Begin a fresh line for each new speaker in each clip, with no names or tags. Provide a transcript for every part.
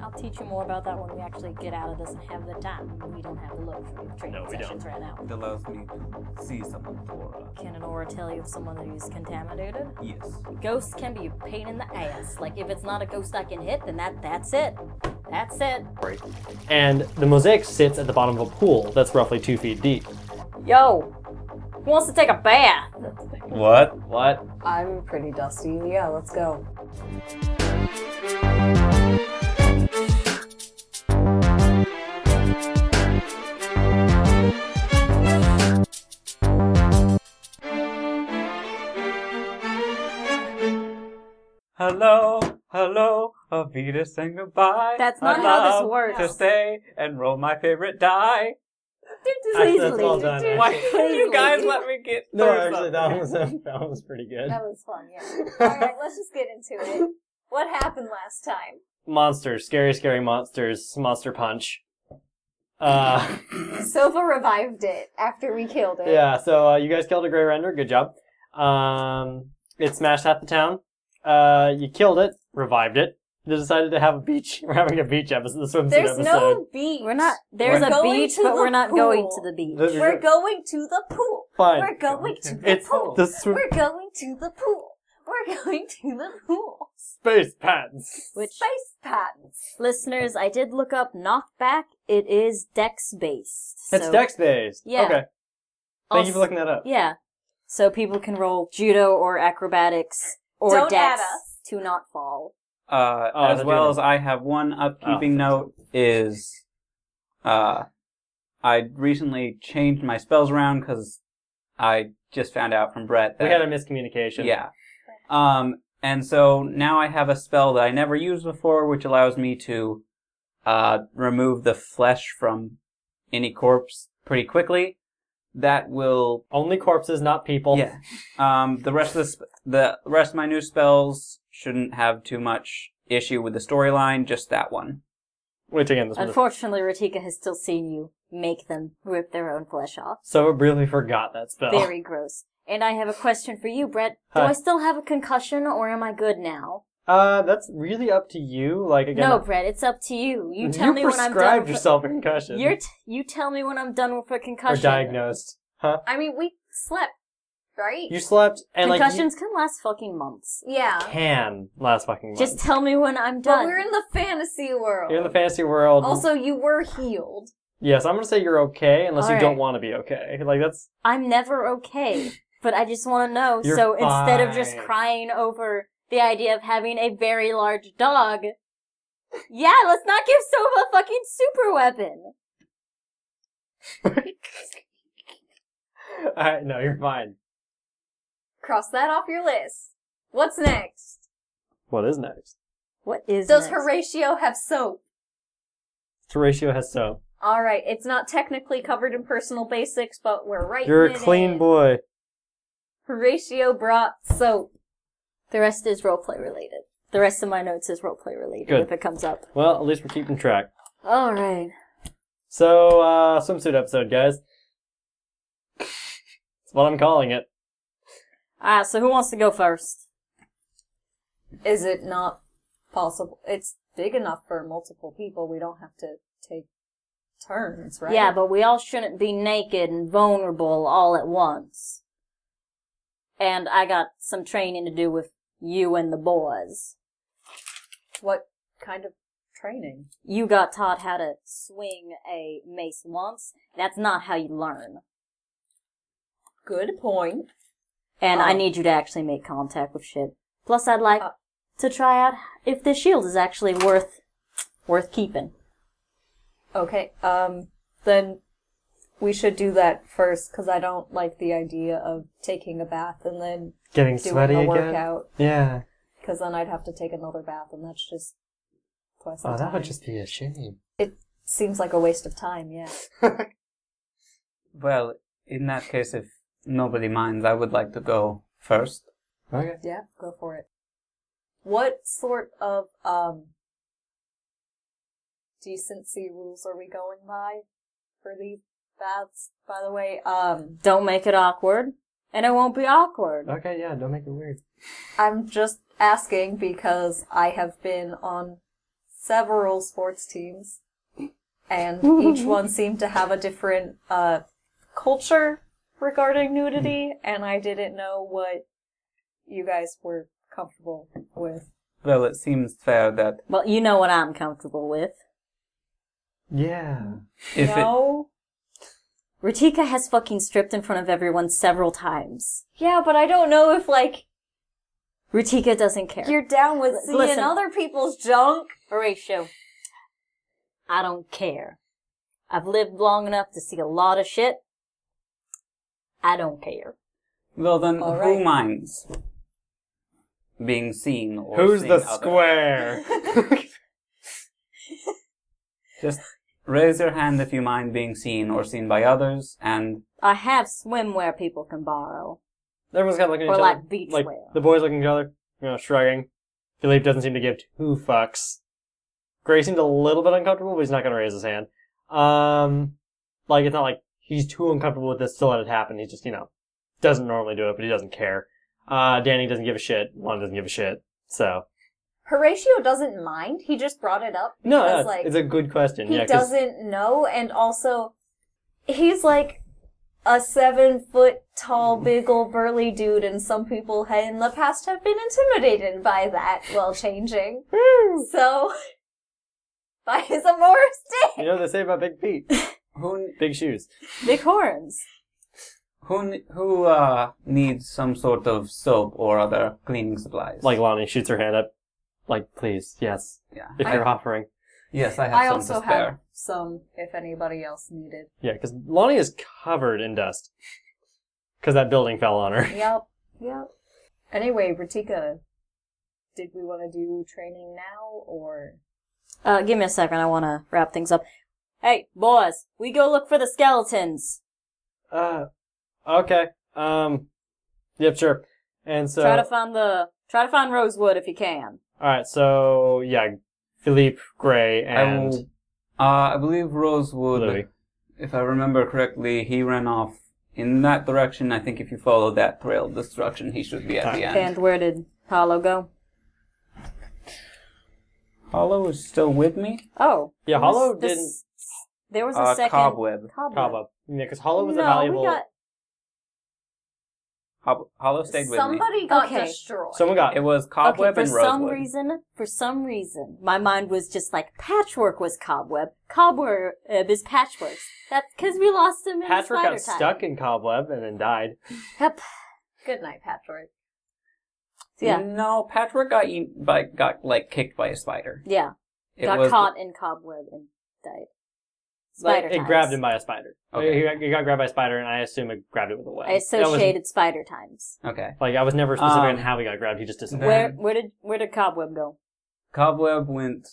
I'll teach you more about that when we actually get out of this and have the time. We don't have the luxury of training
No, we
sessions right now.
It allows me to see something for us.
Can an aura tell you if someone is contaminated?
Yes.
Ghosts can be a pain in the ass. Like if it's not a ghost I can hit, then that that's it. That's it.
And the mosaic sits at the bottom of a pool that's roughly two feet deep.
Yo, who wants to take a bath?
What?
What?
I'm pretty dusty. Yeah, let's go.
Hello, hello, Avita saying goodbye.
That's not how this works.
To stay and roll my favorite die.
That's all done.
Why
actually.
did you guys let me get
No,
through
actually, that
something?
was that was pretty good.
That was fun, yeah. Alright, let's just get into it. What happened last time?
Monsters, scary, scary monsters, monster punch. Uh,
Silva revived it after we killed it.
yeah. So uh, you guys killed a gray render. Good job. Um, it smashed half the town. Uh, you killed it, revived it. They decided to have a beach. We're having a beach episode. The swimsuit
There's
episode.
no beach.
We're not. There's
We're
a
going
beach,
to
but
the
we're not
pool.
going to the beach.
This is
We're going to the pool.
fine.
We're going to the
It's
pool.
the sw-
We're going to the pool. We're going to the pool.
space pants.
Which
Space patents.
listeners, I did look up knockback. It is dex based.
It's
so
dex based.
Yeah.
Okay. Thank you
I'll
for looking that up.
Yeah. So people can roll judo or acrobatics or
Don't add
dex
us.
to not fall.
Uh,
Oh,
as
the
well
demon.
as I have one upkeeping
Oh.
note is, uh, I recently changed my spells around because I just found out from Brett that
We had a miscommunication.
Uh, yeah, um, and so now I have a spell that I never used before, which allows me to, uh, remove the flesh from any corpse pretty quickly. That will
Only corpses, not people.
yeah. Um, the rest of the, sp- the rest of my new spells shouldn't have too much issue with the storyline. Just that one.
Which again, this one. is-
Unfortunately, Ratika has still seen you make them rip their own flesh off.
So I really forgot that spell.
Very gross. And I have a question for you, Brett. Do
Oh. Hi.
I still have a concussion or am I good now?
Uh, that's really up to you. Like again,
no, Brett, it's up to you. You
you
tell me when I'm done.
prescribed
With
yourself a concussion.
You're t- you tell me when I'm done with a
or
concussion.
diagnosed, huh?
I mean, we slept, right?
You slept and like
Concussions can last fucking months.
you
yeah.
can last fucking.
Just
month.
tell me when I'm
But
done.
we're in the fantasy world.
you're in the fantasy world.
also, you were healed.
yes, I'm gonna say you're okay unless you
All
don't
right.
want to be okay. Like that's
I'm never okay, but I just want to know.
You're
so instead of just
fine.
crying over the idea of having a very large dog, yeah, let's not give Sova a fucking super weapon.
all right. No, you're fine.
Cross that off your list. What's next?
What is next?
What is
Does
next?
Horatio have soap?
Horatio has soap.
All right, it's not technically covered in personal basics, but we're right.
You're a clean boy.
Horatio brought soap.
The rest is roleplay related. The rest of my notes is roleplay related
Good.
if it comes up.
Well, at least we're keeping track.
All right.
So, uh, swimsuit episode, guys. That's what I'm calling it.
All right. Ah, So who wants to go first?
Is it not possible? It's big enough for multiple people. We don't have to take turns, right?
Yeah, but we all shouldn't be naked and vulnerable all at once. And I got some training to do with you and the boys.
what kind of training?
You got taught how to swing a mace once. That's not how you learn.
Good point.
And I
Oh.
need you to actually make contact with shit. Plus, I'd like
Oh.
to try out if this shield is actually worth worth keeping.
Okay, um, then we should do that first because I don't like the idea of taking a bath and then
Getting
doing
sweaty
a
again.
workout
Yeah.
because then I'd have to take another bath and that's just twice.
Oh,
the
that would
time.
just be a shame.
It seems like a waste of time. Yeah.
Well, in that case, if nobody minds, I would like to go first.
Okay.
Yeah, go for it. What sort of um decency rules are we going by for these baths? By the way, um
Don't make it awkward, and it won't be awkward.
Okay, yeah, don't make it weird.
I'm just asking because I have been on several sports teams, and each one seemed to have a different uh, culture regarding nudity, and I didn't know what you guys were comfortable with.
Well, it seems fair that
Well, you know what I'm comfortable with.
Yeah.
if
no?
Ratika has fucking stripped in front of everyone several times.
Yeah, but I don't know if like
Ratika doesn't care.
you're down with seeing
Listen.
other people's junk.
Horatio, I don't care. I've lived long enough to see a lot of shit. I don't care.
it, well then
All
who
right.
minds being seen or
Who's
seeing
the
other?
square?
Just raise your hand if you mind being seen or seen by others, and
I have swimwear people can borrow.
Everyone's kind of looking at
Or
each
like
other.
beach
like
wear.
the boys looking at each other, you know, shrugging. Philippe doesn't seem to give two fucks. Gray seemed a little bit uncomfortable, but he's not going to raise his hand. Um, like it's not like he's too uncomfortable with this to let it happen. He just you know doesn't normally do it, but he doesn't care. Uh, Danny doesn't give a shit. Lon doesn't give a shit. So
Horatio doesn't mind. He just brought it up
no,
because
no,
like
it's a good question.
he
yeah, 'cause-
doesn't know, and also he's like a seven foot tall,
Mm-hmm.
big old burly dude, and some people ha- in the past have been intimidated by that while changing. so by his amorous
you know what they say about big feet,
who
big shoes.
Big horns.
who who uh, needs some sort of soap or other cleaning supplies?
Like Lonnie shoots her hand up, like please, yes,
yeah,
if
I-
you're offering.
yes, I have
I
some
also
to spare.
have some if anybody else needed.
Yeah, because Lonnie is covered in dust. Because that building fell on her.
Yep, yep. Anyway, Ratika, did we want to do training now or?
Uh, give me a second. I want to wrap things up. Hey, boys, we go look for the skeletons.
Uh, okay. Um, yep, sure. And so,
try to find the, try to find Rosewood if you can.
all right. So yeah, Philippe Gray and
I will, uh, I believe Rosewood,
Louis.
if I remember correctly, he ran off in that direction. I think if you follow that trail of destruction, he should be at the end.
And where did Hollow go?
Hollow is still with me.
Oh,
yeah,
there was
Hollow
this-
didn't
There was a
Uh,
second
Cobweb.
Cobweb.
cobweb. Yeah, because Hollow was
no,
a valuable.
we got
Hob- Hollow stayed with me.
Somebody got
Okay.
destroyed.
Someone got
It was Cobweb
okay,
and
for
Rosewood.
some reason, for some reason, my mind was just like patchwork was cobweb, cobweb is patchwork. That's because we lost him in
Patrick
the spider
got stuck in cobweb and then died.
Time. Yep.
Good night, Patrick.
Mm.
Yeah,
No, Patchwork got eaten by got like kicked by a spider.
yeah.
It
got
was
caught in cobweb and died.
Like,
Spider.
it
times.
grabbed him by a spider.
Okay.
He, got, he got grabbed by a spider, and I assume it grabbed it with a web.
I
That was-
associated spider times.
Okay.
Like I was never specific on
Um,
how he got grabbed. He just disappeared.
Where
Then-
where did where did cobweb go?
Cobweb went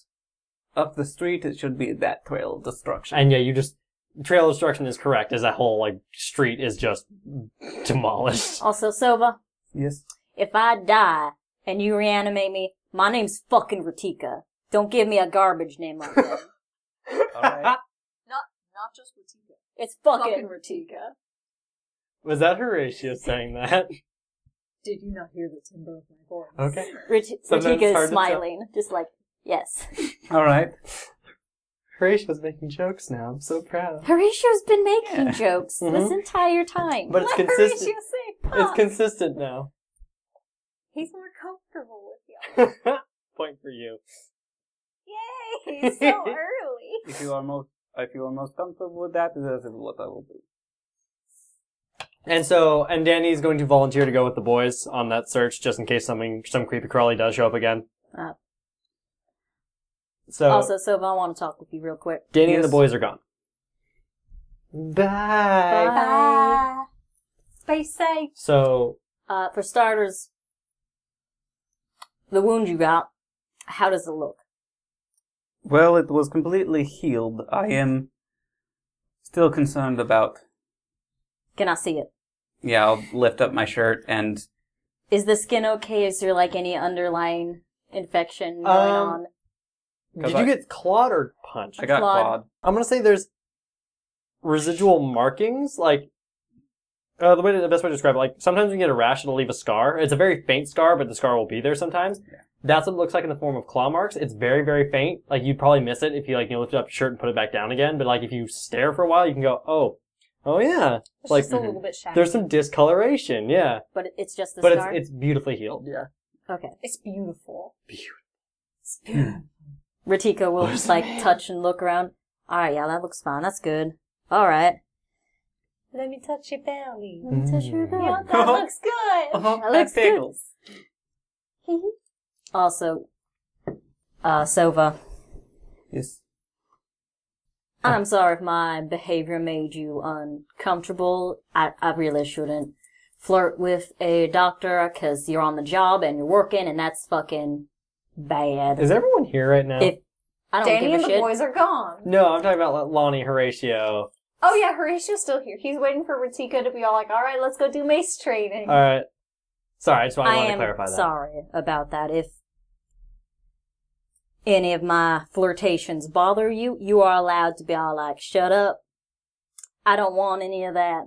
up the street. It should be that trail of destruction.
And yeah, you just trail of destruction is correct, as that whole like street is just demolished.
Also, Sova,
yes.
if I die and you reanimate me, my name's fucking Ratika. Don't give me a garbage name like that.
All right.
Not just Ratika.
it's
Fucking
fucking.
Ratika.
Was that Horatio saying that?
Did you not hear the timbre of my voice?
Okay.
Rat- Ratika is
Sometimes it's hard to tell.
smiling, just like yes.
All right.
Horatio's making jokes now. I'm so proud.
Horatio's been making
Yeah.
jokes this
Mhm.
entire time.
But it's
What are you
consistent.
saying?
It's consistent now.
He's more comfortable with you.
Point for you.
Yay! He's so early.
If you are most if you are most comfortable with that, that is what I will do.
And so, and Danny's going to volunteer to go with the boys on that search, just in case something, some creepy crawly does show up again.
Uh.
so
also, Silva, I want to talk with you real quick.
Danny and
Yes.
the boys are gone. Bye.
Bye. Stay safe.
So
Uh, for starters, the wound you got, how does it look?
Well, it was completely healed. I am still concerned about.
Can I see it?
Yeah, I'll lift up my shirt and
Is the skin okay? Is there like any underlying infection going
Um,
on?
Did
I-
you get clawed or punched?
I got
Clawed.
clawed.
I'm gonna say there's residual markings, like uh, the way the best way to describe it, like sometimes you get a rash that'll leave a scar. It's a very faint scar, but the scar will be there sometimes. That's what it looks like in the form of claw marks. It's very, very faint. Like you'd probably miss it if you like you know, lift up your shirt and put it back down again. But like if you stare for a while, you can go, oh, oh yeah.
It's
Like
just a
mhm.
little bit shaggy.
there's some discoloration, yeah.
But it- it's just the
but
scar.
it's it's beautifully healed, yeah.
okay.
it's beautiful.
It's beautiful.
Ratika will just like touch and look around. All right, yeah, that looks fine. That's good. All right.
Let me touch your belly.
Let me touch your
Mm. Uh-huh.
belly.
Yeah, that looks good.
Oh,
That looks good.
pickles.
Also, uh, Sova,
Yes.
I'm sorry if my behavior made you uncomfortable. I, I really shouldn't flirt with a doctor because you're on the job and you're working, and that's fucking bad.
Is everyone here right now?
If- I don't
Danny
give a
and the
shit.
boys are gone.
no, I'm talking about like, Lonnie Horatio.
Oh yeah, Horatio's still here. He's waiting for Ratika to be all like, "All right, let's go do mace training."
All right. Sorry, I just wanted,
I
wanted to
am
clarify that.
sorry about that. If any of my flirtations bother you, you are allowed to be all like, "Shut up." I don't want any of that.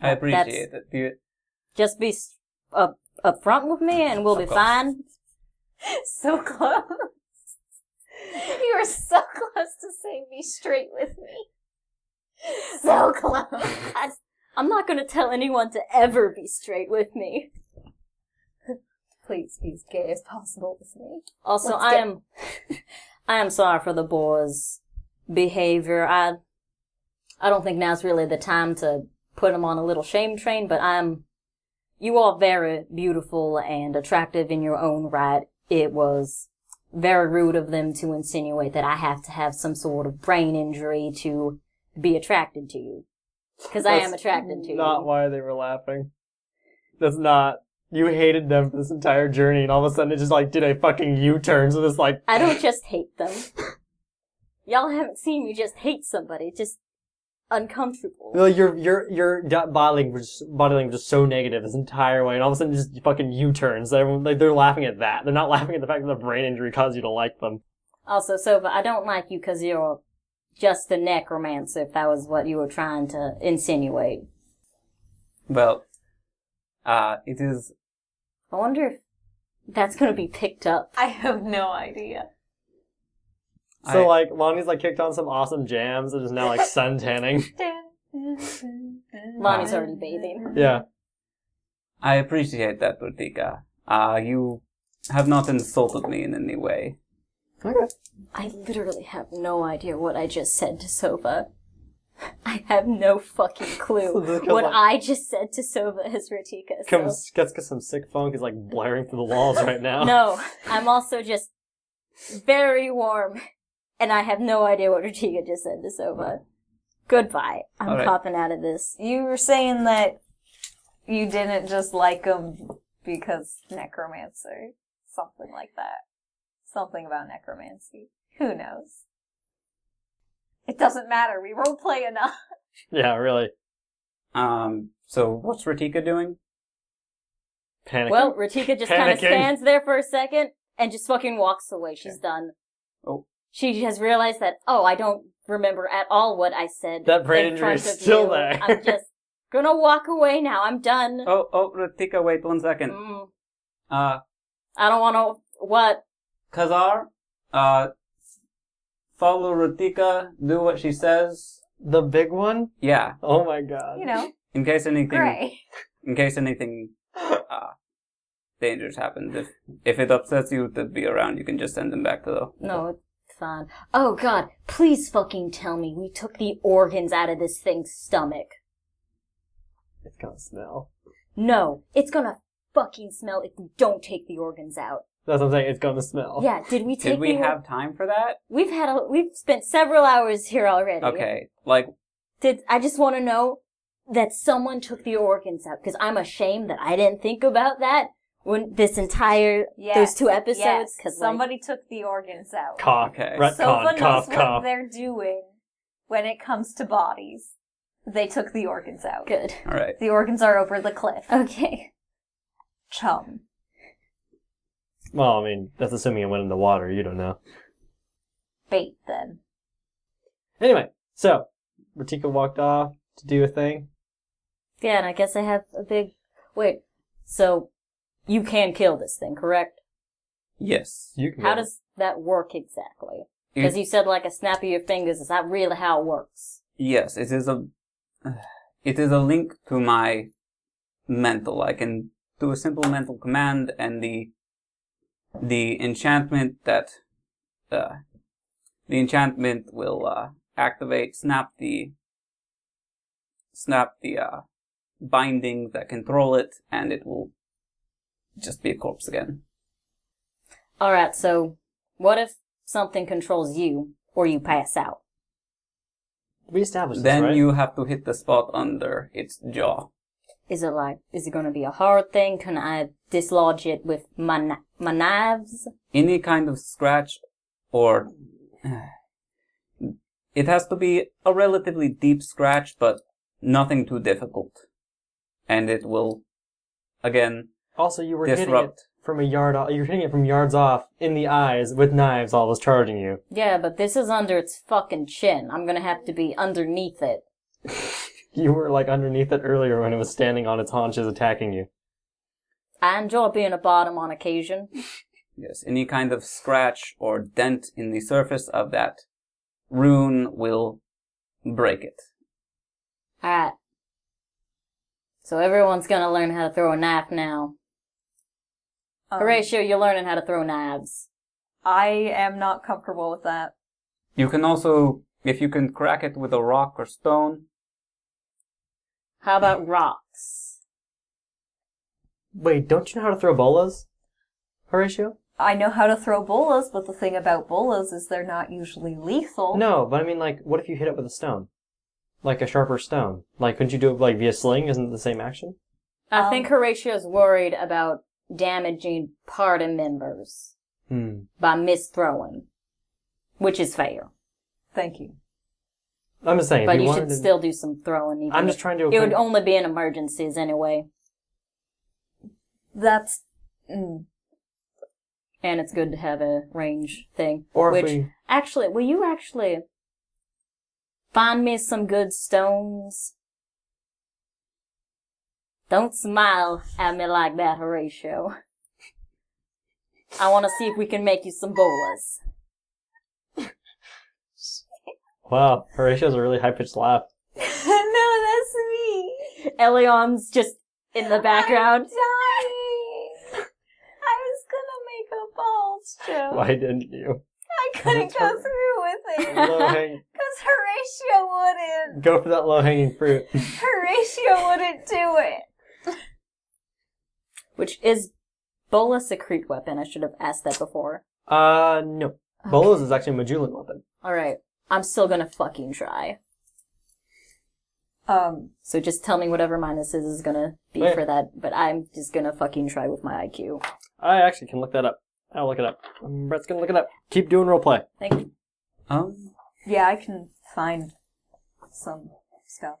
I
That's-
appreciate it. You-
Just be s- up up front with me, and we'll be
Of course.
fine.
So close. you were so close to saying, "Be straight with me." So close.
I, I'm not going to tell anyone to ever be straight with me.
Please be as gay as possible with me.
Also,
Let's
I
get-
am, I am sorry for the boy's behavior. I, I don't think now's really the time to put him on a little shame train. But I'm, you are very beautiful and attractive in your own right. It was very rude of them to insinuate that I have to have some sort of brain injury to be attracted to you, because I am
That's
attracted to you.
Not why they were laughing. That's not. You hated them for this entire journey, and all of a sudden it just like did a fucking U-turn. So this like
I don't just hate them. Y'all haven't seen me just hate somebody. It's just uncomfortable.
Well, your your your da- body language body language is so negative this entire way, and all of a sudden just fucking U turns. Everyone like they're laughing at that. They're not laughing at the fact that the brain injury caused you to like them.
Also, Sova, I don't like you because you're just a necromancer, if that was what you were trying to insinuate.
Well, uh, it is.
I wonder if that's going to be picked up.
I have no idea.
So
I-
like Lonnie's like kicked on some awesome jams and is now like sun tanning.
Lonnie's already bathing.
yeah,
I appreciate that, Rutika. Uh, you have not insulted me in any way.
I literally have no idea what I just said to Sova. I have no fucking clue. what I just said to Sova is Ratika. so-
comes gets, gets some sick funk is like blaring through the walls right now.
No, I'm also just very warm, and I have no idea what Ratika just said to Sova. Goodbye. I'm
All right.
popping out of this.
You were saying that you didn't just like him because necromancer, something like that. Something about necromancy. Who knows? It doesn't matter. We role play enough.
Yeah, really
Um, so what's Ratika doing?
panicking.
Well, Ratika just kind of
Panicking.
stands there for a second and just fucking walks away. She's
Okay.
done.
Oh.
She has realized that, oh, I don't remember at all what I said.
That brain
in
injury
front
is
of
still
you.
there.
I'm just gonna walk away now. I'm done.
Oh, oh, Ratika, wait one second.
Mm,
Uh,
I don't want to. What?
Kazar, uh, follow Ratika, do what she says.
the big one.
Yeah,
Oh my god.
You know,
in case anything,
gray.
in case anything, uh, dangers happens. If if it upsets you to be around, you can just send them back to the.
No, it's fine. Oh god, please fucking tell me we took the organs out of this thing's stomach.
It's gonna smell.
No, it's gonna fucking smell if we don't take the organs out.
That's what I'm saying. It's gonna smell.
Yeah, did we take
Oh. Did we
the or-
have time for that?
We've had a we've spent several hours here already.
Okay, like
Did I just want to know that someone took the organs out because I'm ashamed that I didn't think about that when this entire those two episodes
Because
like,
somebody took the organs out.
Cough.
Okay.
Retcon.
Sova knows
cough.
what
Cough.
they're doing when it comes to bodies. They took the organs out.
good.
all right.
The organs are over the cliff.
Okay.
Chum.
Well, I mean, that's assuming it went in the water. You don't know.
Bait them.
Anyway, so Ratika walked off to do a thing.
Yeah, and I guess I have a big wait. So you can kill this thing, correct?
Yes.
You can
How
go.
does that work exactly?
It-
Mm.
Because you said like a snap of your fingers. Is that really how it works?
Yes, it is a it is a link to my mental. I can do a simple mental command, and the the enchantment that uh, the enchantment will uh, activate, snap the snap the uh, bindings that control it, and it will just be a corpse again.
All right. So what if something controls you or you pass out?
we established
then
this, right?
you have to hit the spot under its jaw.
Is it like is it going to be a hard thing? Can I dislodge it with my kni- my knives?
any kind of scratch or it has to be a relatively deep scratch but nothing too difficult and it will again
Also, you were hitting
disrupt
it from a yard. Off, you're hitting it from yards off in the eyes with knives. All was charging you.
Yeah, but this is under its fucking chin. I'm gonna have to be underneath it.
You were like underneath it earlier when it was standing on its haunches attacking you.
I enjoy being a bottom on occasion.
yes any kind of scratch or dent in the surface of that rune will break it
Alright. So everyone's gonna learn how to throw a knife now.
Um,
Horatio, you're learning how to throw knives.
I am not comfortable with that.
you can also if you can crack it with a rock or stone
How about rocks?
Wait, don't you know how to throw bolas, Horatio?
I know how to throw bolas, but the thing about bolas is they're not usually lethal.
No, but I mean, like, what if you hit it with a stone, like a sharper stone? Like, couldn't you do it like via sling? Isn't it the same action?
I
Um,
think Horatio's worried about damaging party members
Hmm.
by misthrowing, which is fair.
Thank you.
I'm just saying. if
But you
wanted
should
to-
still do some throwing. even
I'm
if-
just trying to.
It would only be in emergencies anyway,
That's. Mm.
and it's good to have a range thing.
Or if
which
we-
actually, will you actually find me some good stones? Don't smile at me like that, Horatio. I want to see if we can make you some bolas.
Wow, Horatio's a really high pitched laugh.
no, that's me.
Elion's just in the background.
Dying. I was gonna make a balls joke.
Why didn't you?
I couldn't
That's
go
her-
through with it
Low hang,
because Horatio wouldn't.
go for that low hanging fruit.
Horatio wouldn't do it.
Which is bolus a Crete weapon? I should have asked that before.
Uh, no. Bolas is actually a Majulan weapon.
Alright, I'm still gonna fucking try.
Um,
So just tell me whatever minus is, is gonna be
Yeah.
for that, but I'm just gonna fucking try with my IQ.
I actually can look that up. I'll look it up. Um, Brett's gonna look it up. Keep doing roleplay.
Thank you.
um
yeah, I can find some stuff.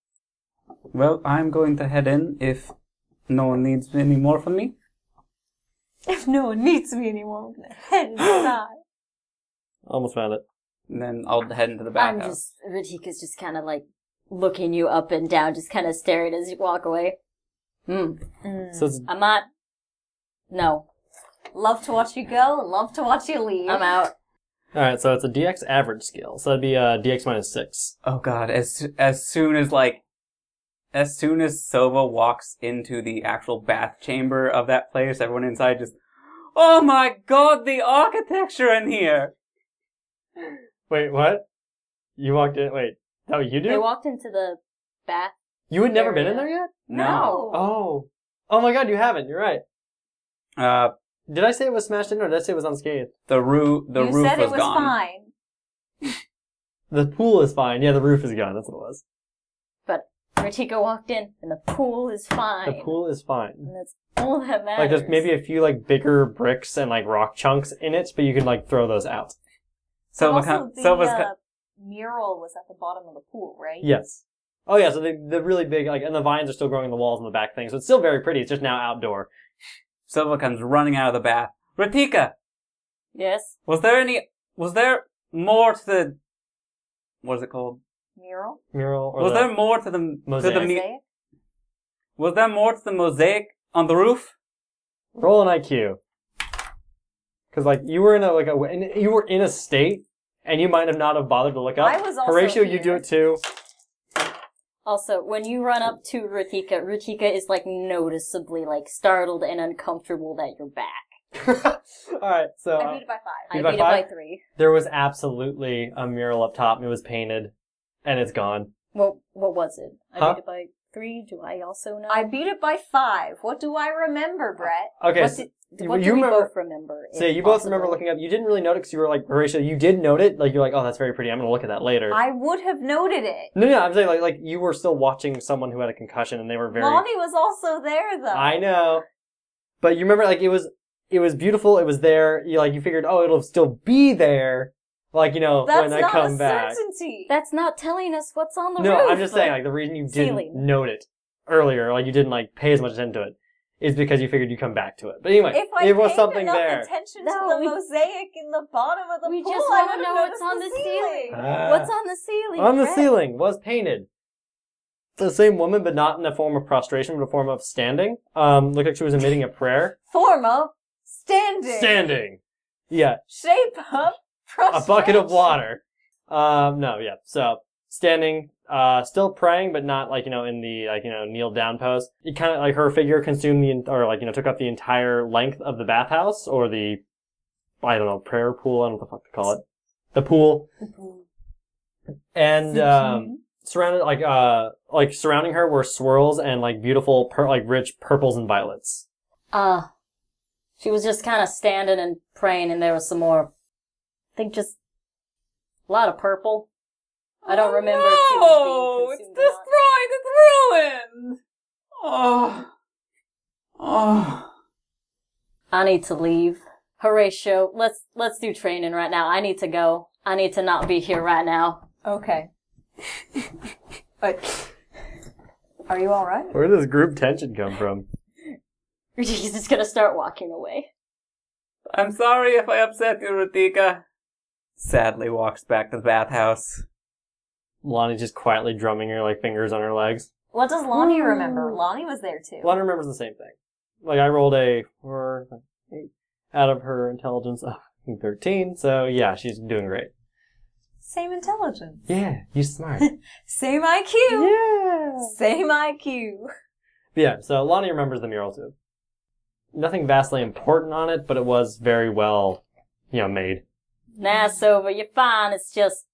well i'm going to head in if no one needs any more from me
If no one needs me anymore, I'm gonna head inside.
Almost found it.
And then I'll head into the back
I'm just
house.
Radhika's just kind of like looking you up and down, just kind of staring as you walk away. Hmm.
So it's
I'm not. No,
Love to watch you go. Love to watch you leave.
I'm out.
all right. So it's a DX average skill. So that'd be uh DX minus six.
Oh god, as as soon as like as soon as Sova walks into the actual bath chamber of that place, everyone inside just Oh my god, the architecture in here.
Wait, what? You walked in. Wait, that what you
They
do?
walked into the bath.
you had never been in
area.
there yet?
No.
Oh, oh my God, you haven't. You're right.
Uh
Did I say it was smashed in or did I say it was unscathed?
the roof the
you
roof
said
was,
it was
gone.
fine.
The pool is fine. Yeah, the roof is gone. That's what it was.
Radhika walked in, and the pool is fine.
The pool is fine.
And that's all that matters.
Like there's maybe a few like bigger bricks and like rock chunks in it, but you can like throw those out.
Sova
also,
com-
the
Sova's
uh,
co-
mural was at the bottom of the pool, right?
Yes. Oh yeah, so the the really big like and the vines are still growing in the walls and the back thing, so it's still very pretty. It's just now outdoor.
Sova comes running out of the bath. Ratika,
Yes.
was there any was there more to the what is it called?
Mural.
Mural. Or
was
the-
there more to the to the
Mosaic.
mu- was there more to the mosaic on the roof?
Roll an IQ. Because like you were in a like a in- you were in a state, and you might have not have bothered to look up.
I was also
Horatio, you do
here.
it too.
Also, when you run up to Rutika, Rutika is like noticeably like startled and uncomfortable that you're back.
All right, so
I
uh,
beat it by five.
I beat
You by
it
five?
by three.
there was absolutely a mural up top, and it was painted, and it's gone.
Well, what was it? I
Huh?
beat it by three. Do I also
Uh,
know?
I beat it by five. What do I remember, Brett?
Okay,
What's
so,
it-
you-
what
you
do we
remember-
both remember?
so
if
you both
possible?
remember looking up. You didn't really notice. You were like Horatio. You did note it. Like you're like, oh, that's very pretty. I'm gonna look at that later.
I would have noted it.
no, no, I'm saying like like you were still watching someone who had a concussion, and they were very.
Mommy was also there though.
I know. But you remember, like it was, it was beautiful. It was there. You like you figured, oh, it'll still be there. Like you know
That's
when I
not
come
a
back.
certainty.
That's not telling us what's on the
No,
roof.
I'm just saying, like the reason you didn't
Ceiling.
note it earlier, like you didn't like pay as much attention to it, is because you figured you'd come back to it. But anyway,
if I
it was
paid
something
enough
there.
attention
No,
to the
we-
mosaic in the bottom of the
We
pool,
just
I
wanna
would
know
have
what's
noticed
on the ceiling.
Ah.
What's on the ceiling?
on the
Brett?
ceiling was painted. The same woman, but not in a form of prostration, but a form of standing. Um, looked like she was emitting a prayer.
Form of standing,
Standing. Yeah,
shape of
a bucket of
prostration.
water. Um, no, yeah. So standing, uh, still praying, but not like you know in the like you know kneel down pose. It kind of like her figure consumed the en- or like you know took up the entire length of the bathhouse or the I don't know prayer pool. I don't know what the fuck to call it. The pool. And um, surrounded like uh like surrounding her were swirls and like beautiful per- like rich purples and violets.
Uh, she was just kind of standing and praying, and there was some more. I think just a lot of purple. I don't remember if she
Oh,
was
it's
being
destroyed.
consumed or not.
It's ruined. Oh. Oh.
I need to leave. Horatio, let's let's do training right now. I need to go. I need to not be here right now.
Okay. but are you all right?
Where did this group tension come from?
He's just gonna start walking away.
I'm sorry if I upset you, Rutika. Sadly walks back to the bathhouse.
Lonnie just quietly drumming her like fingers on her legs.
What does Lonnie remember? Lonnie was there too.
Lana remembers the same thing. Like I rolled a four eight out of her intelligence of thirteen, so yeah, she's doing great.
Same intelligence.
Yeah, you smart.
Same IQ.
yeah.
Same IQ.
Yeah, so Lonnie remembers the mural too. Nothing vastly important on it, but it was very well, you know, made.
Nah, Sova, you're fine. It's just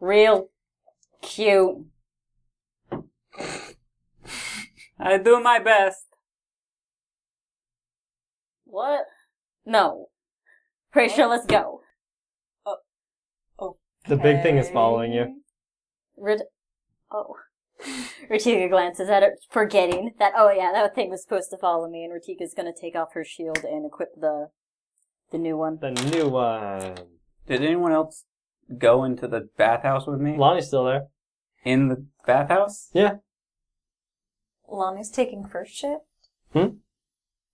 real cute.
I do my best.
What? No. Horatio, let's go.
The big thing is following you.
Rid- oh. Ratika glances at it, forgetting that, oh yeah, that thing was supposed to follow me, and Ratika's gonna take off her shield and equip the the new one.
The new one.
Did anyone else go into the bathhouse with me?
Lonnie's still there.
In the bathhouse?
Lonnie's taking first ship.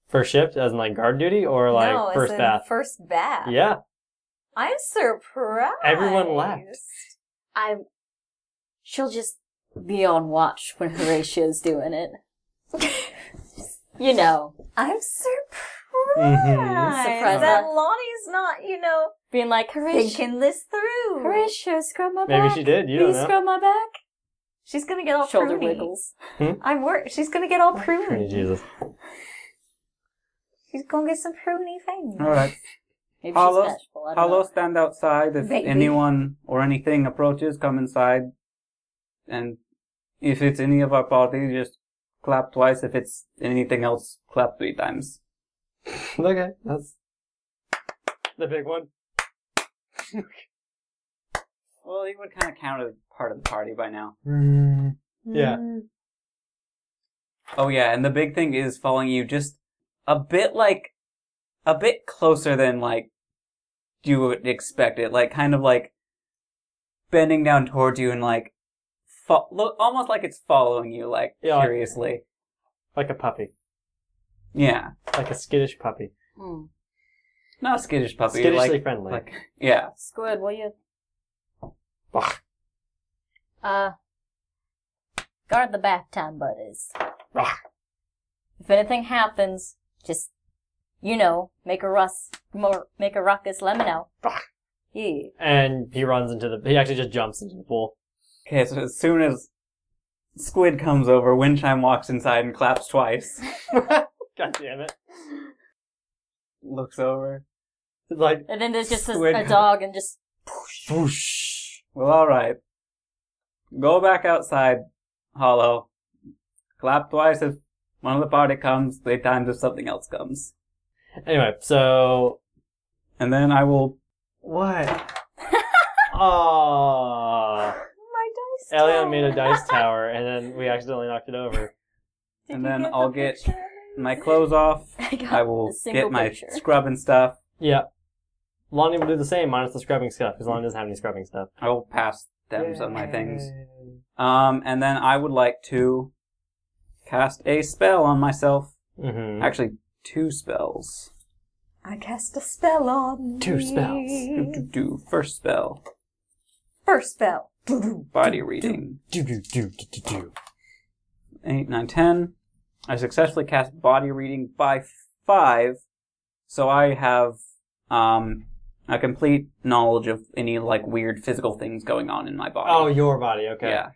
First shift, as in like guard duty or like
no,
first
it's
bath.
First bath.
Yeah.
I'm surprised.
Everyone left.
I'm. She'll just be on watch when Horatio's doing it. you know,
I'm surprised
Mm-hmm.
Mhm.
Uh-huh.
Surprised.
that Lonnie's not, you know,
being like Horatio,
thinking this through.
Horatio, scrub my
Maybe
back.
she did. You
Please
don't know.
scrub my back.
She's gonna get all
Shoulder
pruny.
wiggles.
Hmm?
I'm worried. She's gonna get all
Pretty
pruny.
Jesus.
She's gonna get some pruny things.
Alright.
Maybe
Hollow-
she's bashful. I don't
Hello,
know.
stand outside. If
Baby.
anyone or anything approaches, come inside. And if it's any of our party, just clap twice. If it's anything else, clap three times.
Okay, that's the big one.
Well, you would kind of count as part of the party by now.
Yeah.
Mm.
Oh yeah, and the big thing is following you just a bit like a bit closer than like you would expect it. Like kind of like bending down towards you and like fo- look almost like it's following you like
Yeah.
curiously.
Like a puppy.
Yeah.
Like a skittish puppy.
Hmm.
Not a skittish puppy.
Skittishly
like,
friendly.
like yeah.
Squid, will you?
Bah.
Uh, guard
Ah.
the bath time buddies.
Bah.
If anything happens, just you know, make a russ, more, make a ruckus, let me know.
Ah.
Yeah.
And he runs into the. He actually just jumps into the pool.
Okay, so as soon as Squid comes over, Windchime walks inside and claps twice.
God damn it!
Looks over.
Like
And then there's just a,
Squid.
a dog and just,
whoosh.
Well, alright. Go back outside, Hollow. Clap twice if one of the party comes, three times if something else comes.
Anyway, so
And then I will.
what? Ah.
My dice.
Elion made a dice tower, and then we accidentally knocked it over.
Did
and
you
then
get
I'll
the
get
picture?
My clothes off.
I got
I will
a single
get my
picture.
scrub and stuff.
Yeah. Lonnie will do the same, minus the scrubbing stuff, because Lonnie doesn't have any scrubbing stuff.
I will pass them some of my things.
Yay.
Um, and then I would like to cast a spell on myself.
Mhm.
Actually, two spells.
I cast a spell on
Two
me.
spells.
Do, do, do. First spell,
First spell.
body reading.
Do do do do do do.
Eight, nine, ten. I successfully cast body reading by five, so I have um, a complete knowledge of any like weird physical things going on in my body.
Oh, your body. Okay.
yeah.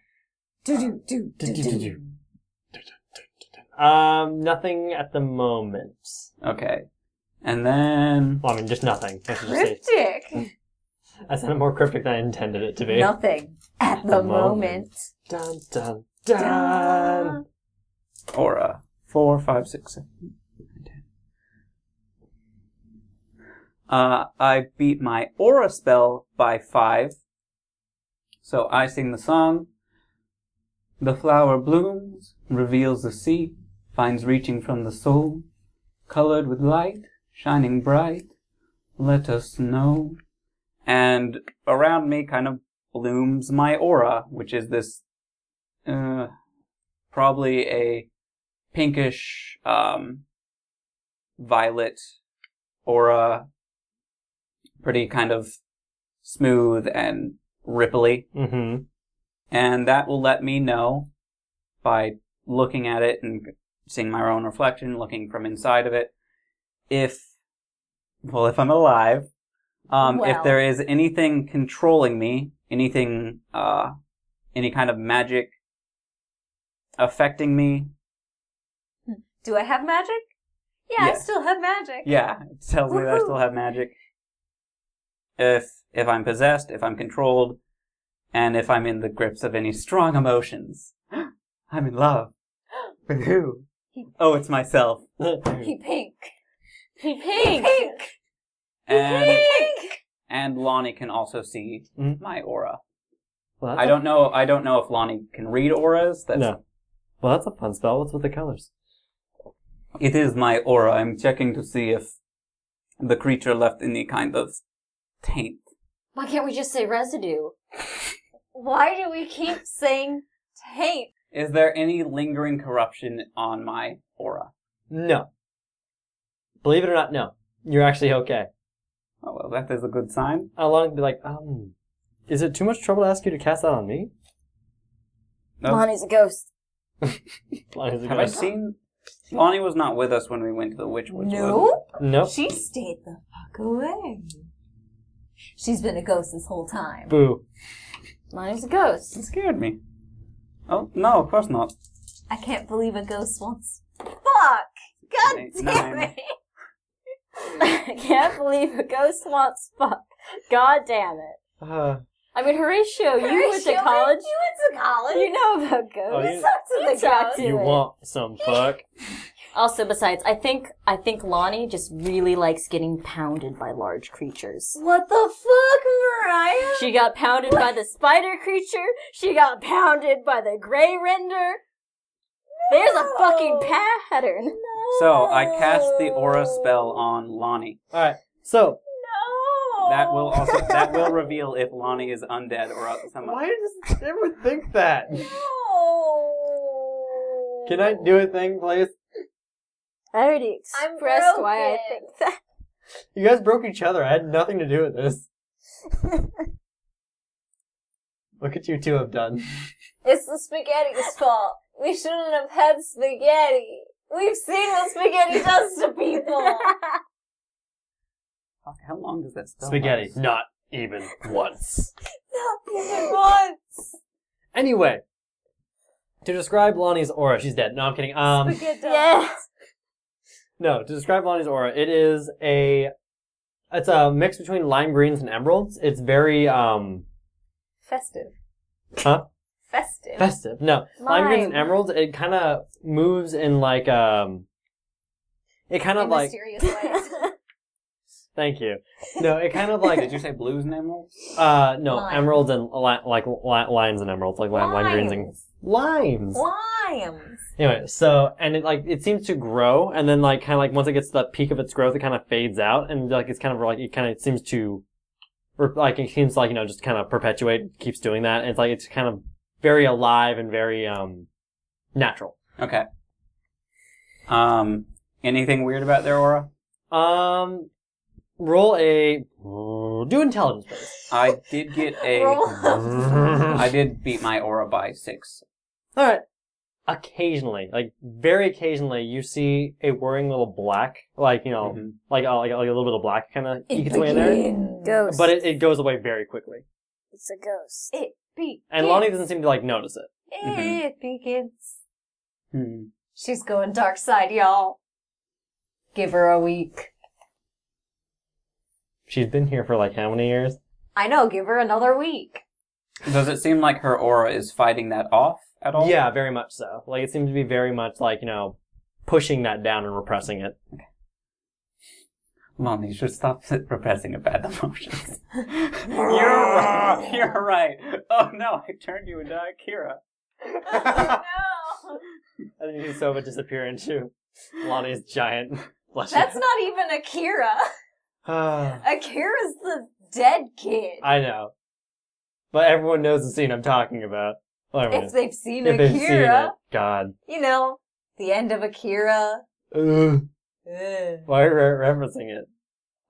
Do do do
Do,
do
do, do, do.
do.
Um, nothing at the moment.
Okay. And then
Well, I mean, just nothing. I should just say.
Cryptic.
I sounded more cryptic than I intended it to be.
Nothing at the moment.
moment. Dun dun dun.
aura. Four, five, six, seven, eight, nine, ten. Uh, I beat my aura spell by five. So I sing the song. The flower blooms, reveals the sea, finds reaching from the soul, colored with light, shining bright. Let us know. And around me kind of blooms my aura, which is this, uh, probably a pinkish um violet aura pretty kind of smooth and ripply
Mm-hmm.
and that will let me know by looking at it and seeing my own reflection looking from inside of it if well if i'm alive um if
Well.
there is anything controlling me anything uh any kind of magic affecting me
Do I have magic?
Yeah,
Yeah.
I still have magic.
Yeah, it tells me that I still have magic. If if I'm possessed, if I'm controlled, and if I'm in the grips of any strong emotions. I'm in love. With who? Oh, it's myself.
He pink.
Pink.
And and Lonnie can also see
Mhm.
my aura.
Well, that's
I don't know I don't know if Lonnie can read auras. That's
No. Well, that's a fun spell. What's with the colors?
it is my aura. I'm checking to see if the creature left any kind of taint.
Why can't we just say residue?
Why do we keep saying tape?
Is there any lingering corruption on my aura?
No. Believe it or not, no. You're actually okay.
Oh well, that is a good sign.
I'll long be like, um, is it too much trouble to ask you to cast that on me?
No.
Lonnie's a ghost.
Lonnie's like,
Have I seen? Lonnie was not with us when we went to the Witchwood.
No,
Nope.
she stayed the fuck away. She's been a ghost this whole time.
Boo.
Lonnie's a ghost.
It scared me. Oh no, of course not.
I can't believe a ghost wants.
Fuck! God
Eight,
damn
nine.
it!
I can't believe a ghost wants fuck. God damn it.
Uh,
I mean, Horatio, you went to
Horatio,
college.
You went to college.
You know about ghosts.
Oh, you-
Sucked in
You
the
sucked
ghost.
in-
you
it.
want some fuck?
Also, besides, I think I think Lonnie just really likes getting pounded by large creatures.
What the fuck, Mariah?
She got pounded by the spider creature. She got pounded by the gray render. There's a fucking pattern.
So I cast the aura spell on Lonnie.
All right. So
No.
That will also that will reveal if Lonnie is undead or someone.
does everyone think that?
No.
Can I do a thing, please?
I already
I'm
expressed why I
broken.
think that.
You guys broke each other. I had nothing to do with this. Look at you two have done.
It's the spaghetti's fault. We shouldn't have had spaghetti. We've seen what spaghetti does to people.
Fuck, How long does that spell?
Spaghetti,
last?
not even once.
Even once.
Anyway, to describe Lonnie's aura, she's dead. No, I'm kidding. Um,
Spaghetti.
Yeah.
No, to describe Lonnie's aura, it is a it's a mix between lime greens and emeralds. It's very um
Festive.
huh?
Festive.
festive. No, lime, greens and
Lime.
emeralds. It kind of moves in like um. It kind of
In
like
mysterious ways.
thank you. No, it kind of like
Did you say blues and emeralds?
uh no
Lime.
emeralds and li- like li- lines and emeralds like lime, lime greens and limes.
Limes.
Anyway, so and it like it seems to grow and then like kind of like once it gets to the peak of its growth, it kind of fades out and like it's kind of like it kind of seems to, or, like it seems like you know just kind of perpetuate, keeps doing that. And it's like it's kind of very alive and very um natural.
Okay. Um, anything weird about their aura?
Um, roll a do intelligence. please.
I did get a.
All
I did beat my aura by six.
right. Occasionally, like very occasionally, you see a whirring little black, like you know,
Mhm.
like, uh, like like a little bit of black kind of eke its way in there.
Begin. Ghost.
But it, it goes away very quickly.
it's a ghost.
It begins.
And Lonnie doesn't seem to like notice it.
Mhm.
It begins.
Hmm.
She's going dark side, y'all. Give her a week.
She's been here for like how many years?
I know, give her another week.
Does it seem like her aura is fighting that off at all?
Yeah, very much so. Like it seems to be very much like, you know, pushing that down and repressing it.
Mom, you should stop repressing your bad emotions. you're right. You're right. Oh no, I turned you into Akira.
And then you see Sova disappear into Lonnie's giant flesh.
That's not even Akira.
I
Akira's the dead kid.
know. But everyone knows the scene I'm talking about. Well, everyone
If they've seen
knows. If they've seen it.
Akira,
God.
you know, the end of Akira.
Ugh.
Ugh.
Why are we referencing it?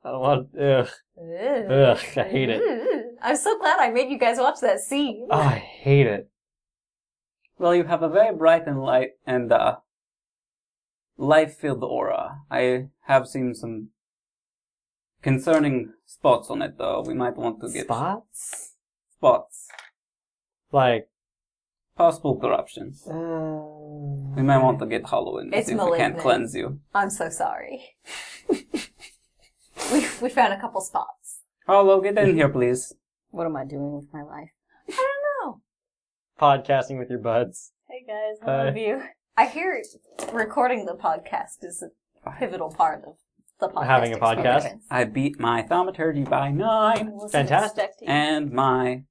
I don't want. Ugh.
Ugh.
Ugh. I hate it.
Mm. I'm so glad I made you guys watch that scene.
Oh, I hate it.
Well, you have a very bright and light and uh, life-filled aura. I have seen some concerning spots on it, though. We might want to get
Spots?
spots.
Like,
Possible corruption.
Uh,
We might want to get hollow in
It's
if we can't
malignant.
cleanse you.
I'm so sorry. we, we found a couple spots.
Hollow, get in here, please.
What am I doing with my life?
podcasting with your buds.
Hey guys,
I love Hi.
you. I hear recording the podcast is a pivotal part of the podcast.
Having a podcast?
experience.
I beat my thaumaturgy by nine,
Fantastic.
and my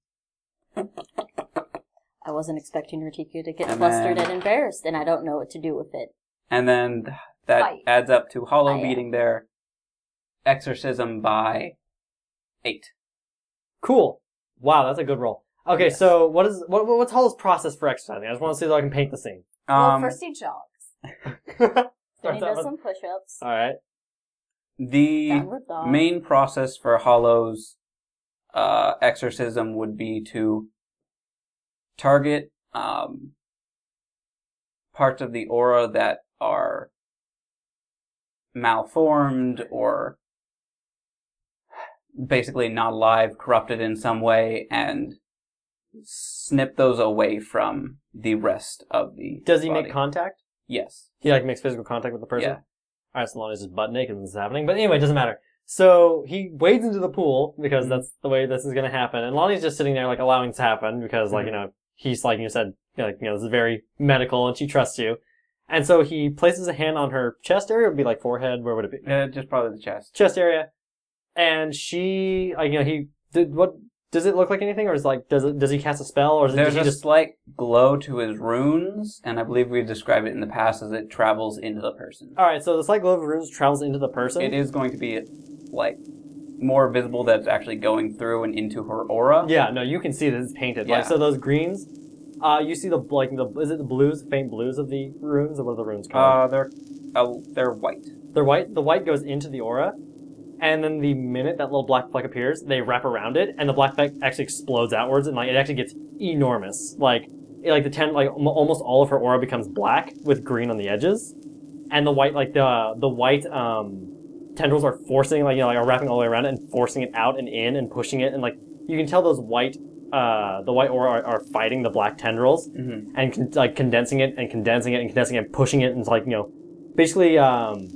I wasn't expecting Ratika to get
And
flustered
then-
and embarrassed, and I don't know what to do with it.
and then that
Fight.
adds up to hollow
Fire.
beating their exorcism by eight.
Cool. Wow, that's a good roll. Okay,
Yes.
so what is what what's Hall's process for exercising? I just want to see if I can paint the scene.
Well,
Um,
first he jogs.
Then he
Starts out
does
with-
some push-ups,
All right.
the
downward dog.
main process for hollow's uh, exorcism would be to target um, parts of the aura that are malformed or basically not alive, corrupted in some way, and snip those away from the rest of the.
Does he
body.
make contact?
yes.
He like makes physical contact with the person.
Yeah.
All right, so Lonnie's just butt naked when this is happening. But anyway, it doesn't matter. So he wades into the pool because
Mhm.
that's the way this is going to happen. And Lonnie's just sitting there like allowing this to happen because like, you know, he's like you said, like, you know, this is very medical and she trusts you. And so he places a hand on her chest area. It would be like forehead. Where would it be?
Uh, just probably the chest.
chest area, and she, like, you know, he did what? Does it look like anything, or is like, does it? Does he cast a spell, or is it, does
There's
he
a
just?
slight glow to his runes, and I believe we've described it in the past as it travels into the person.
All right, so the slight glow of runes travels into the person.
It is going to be like more visible that it's actually going through and into her aura.
Yeah, no, you can see that it's painted.
Yeah.
Like, so those greens, uh, you see the like the is it the blues, faint blues of the runes, or what are the runes called?
Uh, they're uh, they're white.
They're white. The white goes into the aura. And then the minute that little black fleck appears, they wrap around it, and the black fleck actually explodes outwards, and like it actually gets enormous. Like, it, like the ten, like almo- almost all of her aura becomes black with green on the edges, and the white like the the white um tendrils are forcing like you know like are wrapping all the way around it and forcing it out and in and pushing it and like you can tell those white uh the white aura are, are fighting the black tendrils
Mhm.
and con- like condensing it and condensing it and condensing it and pushing it and like you know basically um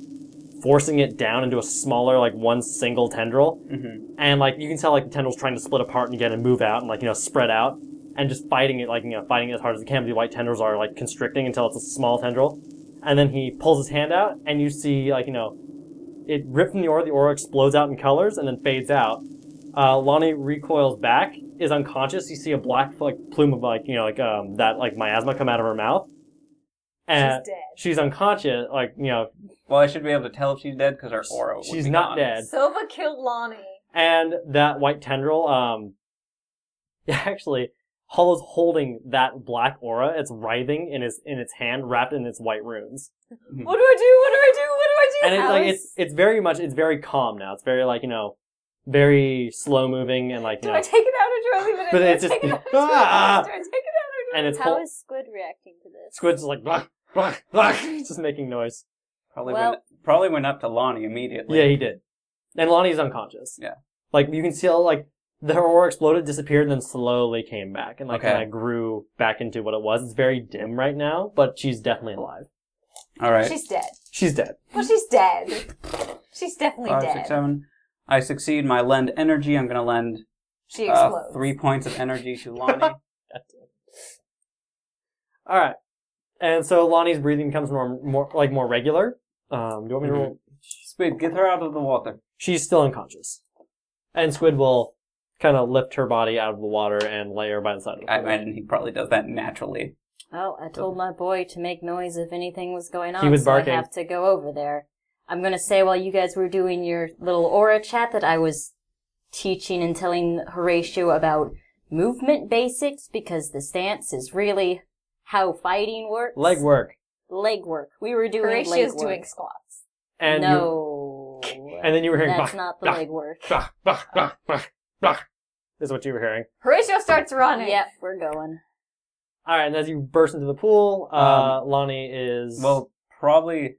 forcing it down into a smaller like one single tendril
Mhm.
and like you can tell like the tendrils trying to split apart and again and move out and like you know spread out and just fighting it like you know fighting it as hard as it can but the white tendrils are like constricting until it's a small tendril and then he pulls his hand out and you see like you know it ripped from the aura the aura explodes out in colors and then fades out uh, lonnie recoils back is unconscious you see a black like plume of like you know like um that like miasma come out of her mouth and
She's dead.
she's unconscious like you know
Well, I should be able to tell if she's dead because her aura. would
she's
be
not
gone.
dead
Sova killed Lonnie.
and that white tendril um actually hollow's holding that black aura it's writhing in his in its hand wrapped in its white runes
What do I do? What do I do? What do I do?
and it's like
Alice?
it's it's very much it's very calm now it's very like you know very slow moving and like you
do
know
I take it out or do I leave it in?
But
do I
it's just-
take it out or do I
Ah!
do I take it out or do I
and it's
How
whole,
is Squid reacting to this?
squid's like blah, blah, blah, just making noise
Probably
Well-
went. Probably went up to Lonnie immediately.
yeah he did and lonnie's unconscious
Yeah.
like you can see how like the aura exploded disappeared and then slowly came back and like
Okay.
kind of grew back into what it was it's very dim right now but she's definitely alive
All right.
She's dead.
She's dead.
Well, she's dead. She's definitely
Five,
dead.
six, seven. I succeed my lend energy. I'm gonna lend
She
uh,
explodes.
three points of energy to Lonnie.
All right. And so Lonnie's breathing becomes more, more like more regular. Um, do you want me to
Mhm.
roll?
Squid, get her out of the water.
She's still unconscious. And Squid will kind of lift her body out of the water and lay her by the side of the
I
pool.
imagine he probably does that naturally.
Oh, I told my boy to make noise if anything was going on.
He was
so
barking.
I have to go over there. I'm gonna say while you guys were doing your little aura chat that I was teaching and telling Horatio about movement basics because the stance is really how fighting works.
Leg work.
Leg work. We were doing
Horatio's
leg work.
doing squats.
And you,
no.
and then you were hearing
that's
bah,
not the
bah,
leg work.
bah, bah, bah, bah, bah, is what you were hearing.
Horatio starts running.
Yep, we're going.
All right. And as you burst into the pool, uh, Lonnie is.
Um, Well, probably.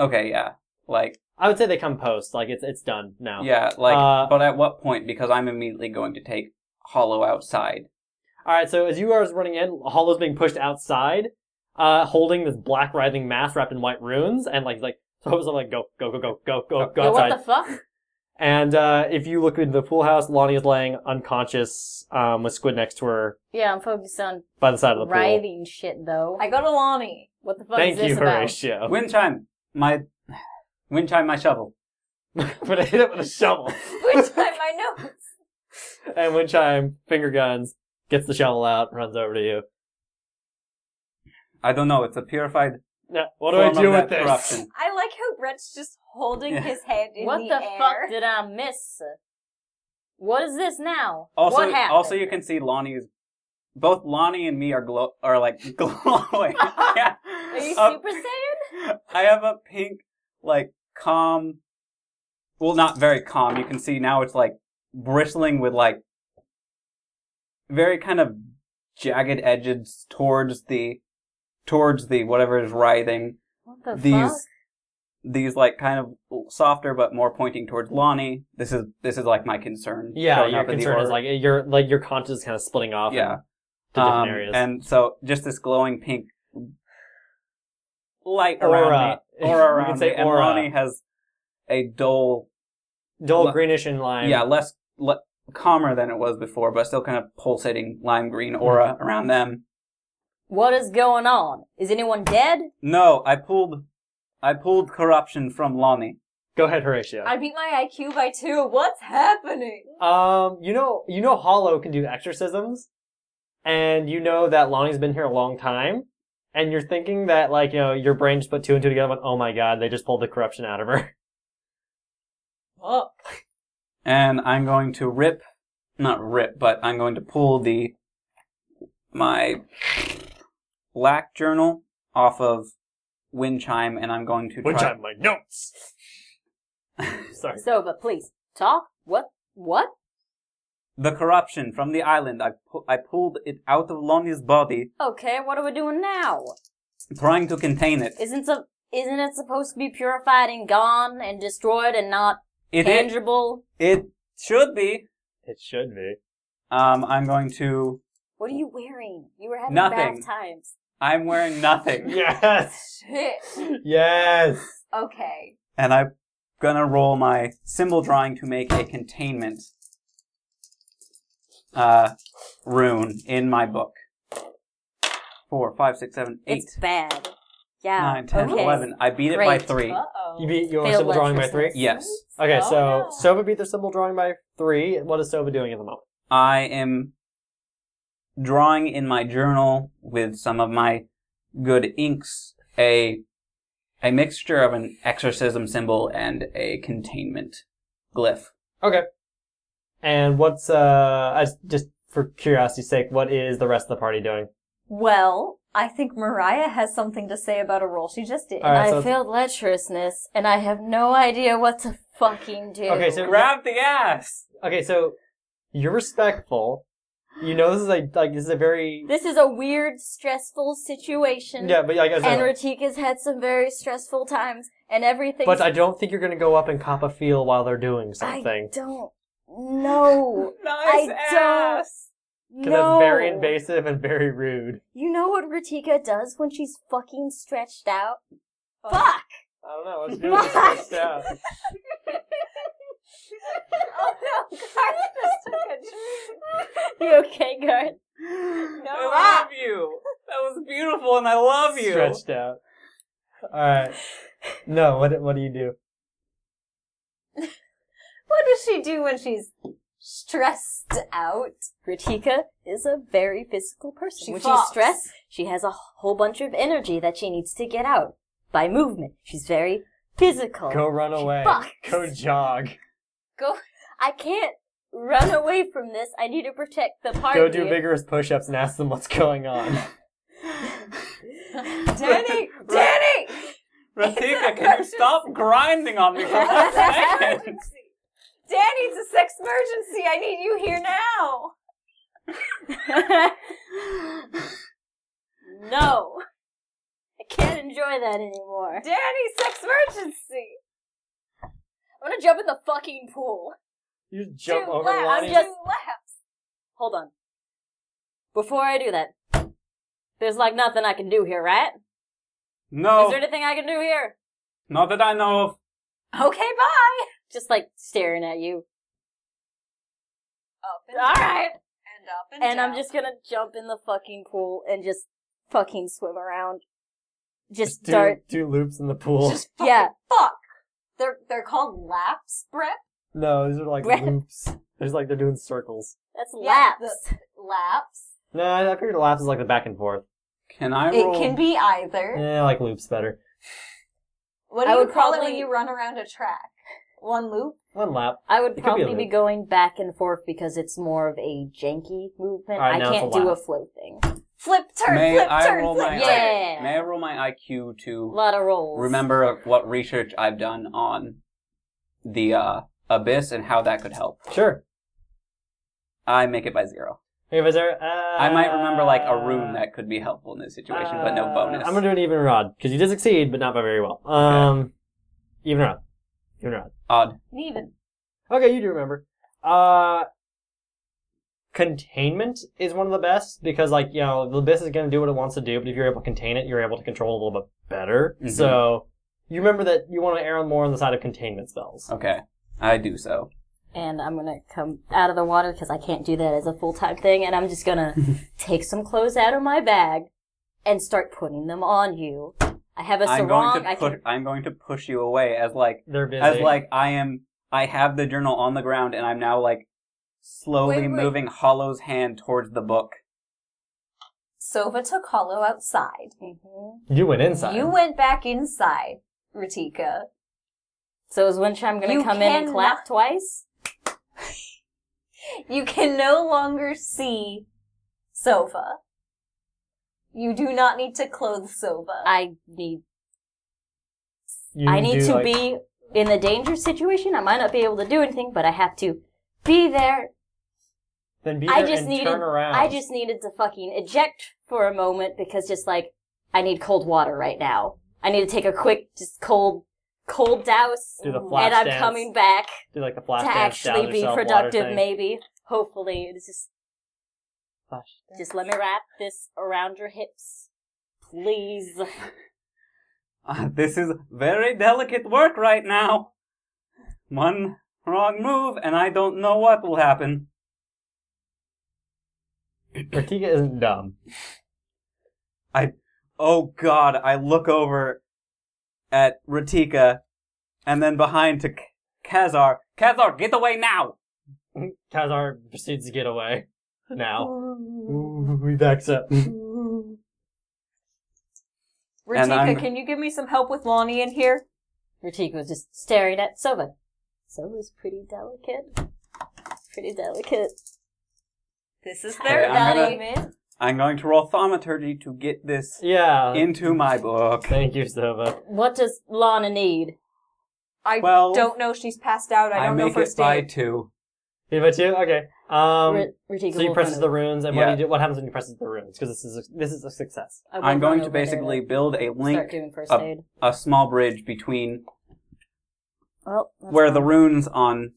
Okay, yeah, like
I would say they come post. Like it's it's done now.
yeah, like.
Uh,
but at what point? Because I'm immediately going to take Hollow outside.
All right, so as you are running in, Hollow's being pushed outside, uh, holding this black writhing mass wrapped in white runes, and like he's like, so I was like, go, go, go, go, go, go, go
Yo, what the
outside.
fuck?
And uh, if you look into the pool house, Lonnie is laying unconscious um, with Squid next to her
Yeah, I'm focused on
by the side of the pool.
writhing shit though.
I go to Lonnie.
what the fuck
Thank
is this
you,
about?
Horatio.
Wind chime, my wind chime, my shovel.
I'm gonna hit it with a shovel.
Which time I know.
and Windchime, finger guns, gets the shovel out, runs over to you.
I don't know. It's a purified.
Now, what do I
form of
do
that
with this?
corruption.
I like how Brett's just holding
Yeah.
his head in
What
the,
the,
air.
fuck did I miss? What is this now?
Also,
what happened?
also, you can see Lonnie's. Both Lonnie and me are glow are like glowing. yeah.
Are you
A
Super Saiyan?
I have a pink, like, calm. Well, not very calm. You can see now it's like bristling with like very kind of jagged edges towards the towards the whatever is writhing.
What the
these
fuck?
these like kind of softer but more pointing towards Lonnie. This is this is like my concern.
Yeah,
showing
your
up in the
concern is
aura.
like your like your conscious is kind of splitting off.
Yeah.
to different
Um,
areas.
And so just this glowing pink light
Aura.
around me. Aura
You
around
can say
me. And
aura.
Lonnie has a dull,
dull
Le-
greenish in lime.
yeah, less, le- calmer than it was before, but still kind of pulsating lime green aura around them.
What is going on? Is anyone dead?
No, I pulled, I pulled corruption from Lonnie.
Go ahead, Horatio.
I beat my IQ by two. What's happening?
Um, you know, you know, Hollow can do exorcisms, and you know that Lonnie's been here a long time, and you're thinking that like you know your brain just put two and two together. Went, oh my god, they just pulled the corruption out of her.
Fuck.
And I'm going to rip, not rip, but I'm going to pull the, my black journal off of Wind Chime, and I'm going to try.
my notes. Sorry.
So, but please talk. What? What?
the corruption from the island. I, pu- I pulled it out of Lonnie's body.
Okay, what are we doing now?
trying to contain it.
Isn't so? Isn't it supposed to be purified and gone and destroyed and not
It it,
tangible?
it should be.
It should be.
Um, I'm going to.
What are you wearing? You were having
Nothing.
bad times.
I'm wearing nothing,
Yes. Yes.
Okay.
and I'm gonna roll my symbol drawing to make a containment uh, rune in my book. Four, five, six, seven, eight,
It's bad. Yeah.
nine, ten,
okay.
eleven. I beat it by
Great.
three.
Uh-oh.
You beat your
Failed
symbol drawing by
letters.
three.
Yes.
Okay,
Oh,
so
no.
Sova beat their symbol drawing by three. What is Sova doing at the moment?
I am drawing in my journal with some of my good inks a a mixture of an exorcism symbol and a containment glyph.
Okay. And what's uh, I s- just for curiosity's sake, what is the rest of the party doing?
Well, I think Mariah has something to say about a roll she just did.
All right,
I
so
failed lecherousness, and I have no idea what to fucking do.
Okay, so-
Grab the ass.
okay, so you're respectful. You know this is a like this is a very
this is a weird, stressful situation.
yeah, but like I
And
said,
Ratika's had some very stressful times, and everything.
but I don't think you're gonna go up and cop a feel while they're doing something
don't know.
Nice
I ass.
because
no.
that's very invasive and very rude.
You know what Ratika does when she's fucking stretched out?
Oh.
Fuck!
I don't know. What's
doing this
oh no, Garth just took
You okay, Garth?
a
I
Ah!
no.
love you. That was beautiful, and I love you.
Stretched out. All right. No. What What do you do?
What does she do when she's stressed out?
Ratika is a very physical person.
She
when
fucks.
she's stressed, she has a whole bunch of energy that she needs to get out by movement. She's very physical.
Go run away.
fucks.
Go jog.
I can't run away from this. I need to protect the party.
Go do vigorous push-ups and ask them what's going on.
Danny! Danny!
Ratika, can you stop grinding on me for one second?
Danny, it's a sex emergency! I need you here now!
no. I can't enjoy that anymore.
Danny, sex emergency!
I'm gonna jump in the fucking pool.
You just jump
Dude,
over
laugh.
Lonnie.
I'm just-
Two laps.
Hold on. Before I do that, there's like nothing I can do here, right? Is
No,
there anything I can do here?
not that I know of.
Okay, bye!
Just like staring at you.
Up and
All
down.
right.
And up and,
And
down.
I'm just gonna jump in the fucking pool and just fucking swim around. Just
do,
start.
do loops in the pool.
Just fucking
Yeah.
Fuck! They're, they're called laps, Brett?
No, these are like
Right.
loops. There's like they're doing circles.
That's
Yeah,
laps.
Laps.
No, I I figured the laps is like the back and forth.
Can I
It
roll?
can be either.
Yeah, I like loops better.
What do
I
you
would
call it when
probably-
you run around a track? One loop?
One lap.
I would
be a
probably
loop.
be going back and forth because it's more of a janky movement.
Alright,
I
now it's
can't
a
do a
lap.
float thing.
Flip, turn,
May
flip,
I
turn,
roll
flip,
my
turn.
Yeah.
May I roll my IQ
A
to
lot of rolls.
remember what research I've done on the uh, abyss and how that could help?
Sure.
I make it by zero.
Hey, was there, uh,
I might remember like a rune that could be helpful in this situation, but no
uh,
bonus.
I'm gonna do an even rod because you did succeed, but not by very well. Um, even rod, even rod.
Odd.
Even.
Okay, you do remember. Uh containment is one of the best because like, you know, the abyss is gonna do what it wants to do, but if you're able to contain it, you're able to control it a little bit better.
Mhm.
So you remember that you want to err on more on the side of containment spells.
Okay. I do so.
and I'm gonna come out of the water because I can't do that as a full time thing, and I'm just gonna take some clothes out of my bag and start putting them on you. I have a
I'm
sarong.
going to
I
push
can.
I'm going to push you away as like
They're busy.
as like I am I have the journal on the ground and I'm now like slowly
Wait, wait.
moving Hollow's hand towards the book.
Sova took Hollow outside.
Mhm.
you went inside.
You went back inside, Ratika.
So is Winchime gonna
You
come in and
cannot-
clap twice?
You can no longer see Sova. You do not need to clothe Sova.
I need.
You
I need
do,
to
like-
be in the danger situation. I might not be able to do anything, but I have to be there.
Then be
I
there
just
and
needed.
turn around.
I just needed to fucking eject for a moment because just like I need cold water right now. I need to take a quick, just cold, cold douse,
Do the flash
and I'm
dance.
coming back
Do like the flash
to
dance down
actually be
yourself, water
productive,
thing.
maybe. Hopefully, it's just
Flash
just let me wrap this around your hips, please.
this is very delicate work right now. One wrong move, and I don't know what will happen.
Ratika isn't dumb.
Oh God! I look over at Ratika, and then behind to K- Kazar. Kazar, get away now!
Kazar proceeds to get away. Now. Ooh, he backs up.
And I'm-
Ratika, can you give me some help with Lonnie in here?
Ratika was just staring at Sova. Sova's pretty delicate. Pretty delicate.
This is
Okay,
their
I'm gonna-
element.
I'm going to roll thaumaturgy to get this
Yeah.
into my book.
Thank you, Sova.
What does Lana need?
I
Well,
don't know. She's passed out. I
I,
don't know
make it
first
by
aid.
two.
You have a two? Okay. Um,
Rit- Ratika
so you
will
press
run
the
over.
runes, and
Yeah.
what, do you do, what happens when you press the runes? Because this is a, this is a success.
I will
I'm
run
going to
over there
basically
and
build a
start
link,
doing first
up.
aid.
a small bridge between
Well, that's
where the
fine.
runes on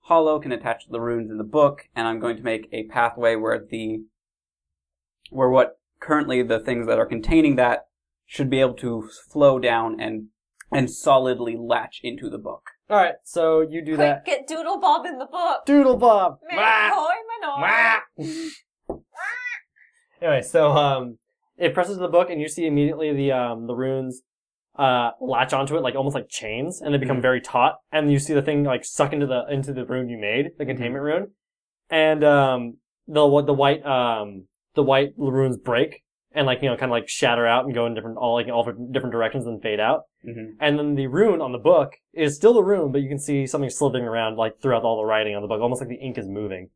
Hollow can attach to the runes in the book, and I'm going to make a pathway where the where what currently the things that are containing that should be able to flow down and and solidly latch into the book.
Alright, so you do
Quick,
that.
get Doodle Bob in the book.
Doodle Bob!
Man,
Wah!
hoy, manor.
anyway, so um, it presses the book, and you see immediately the um, the runes uh, latch onto it like almost like chains, and they become
Mhm.
very taut. And you see the thing like suck into the into the rune you made, the containment rune, and um, the what the white um, the white runes break and like you know kind of like shatter out and go in different all like all different directions and fade out.
Mm-hmm.
And then the rune on the book is still the rune, but you can see something slithering around like throughout all the writing on the book, almost like the ink is moving.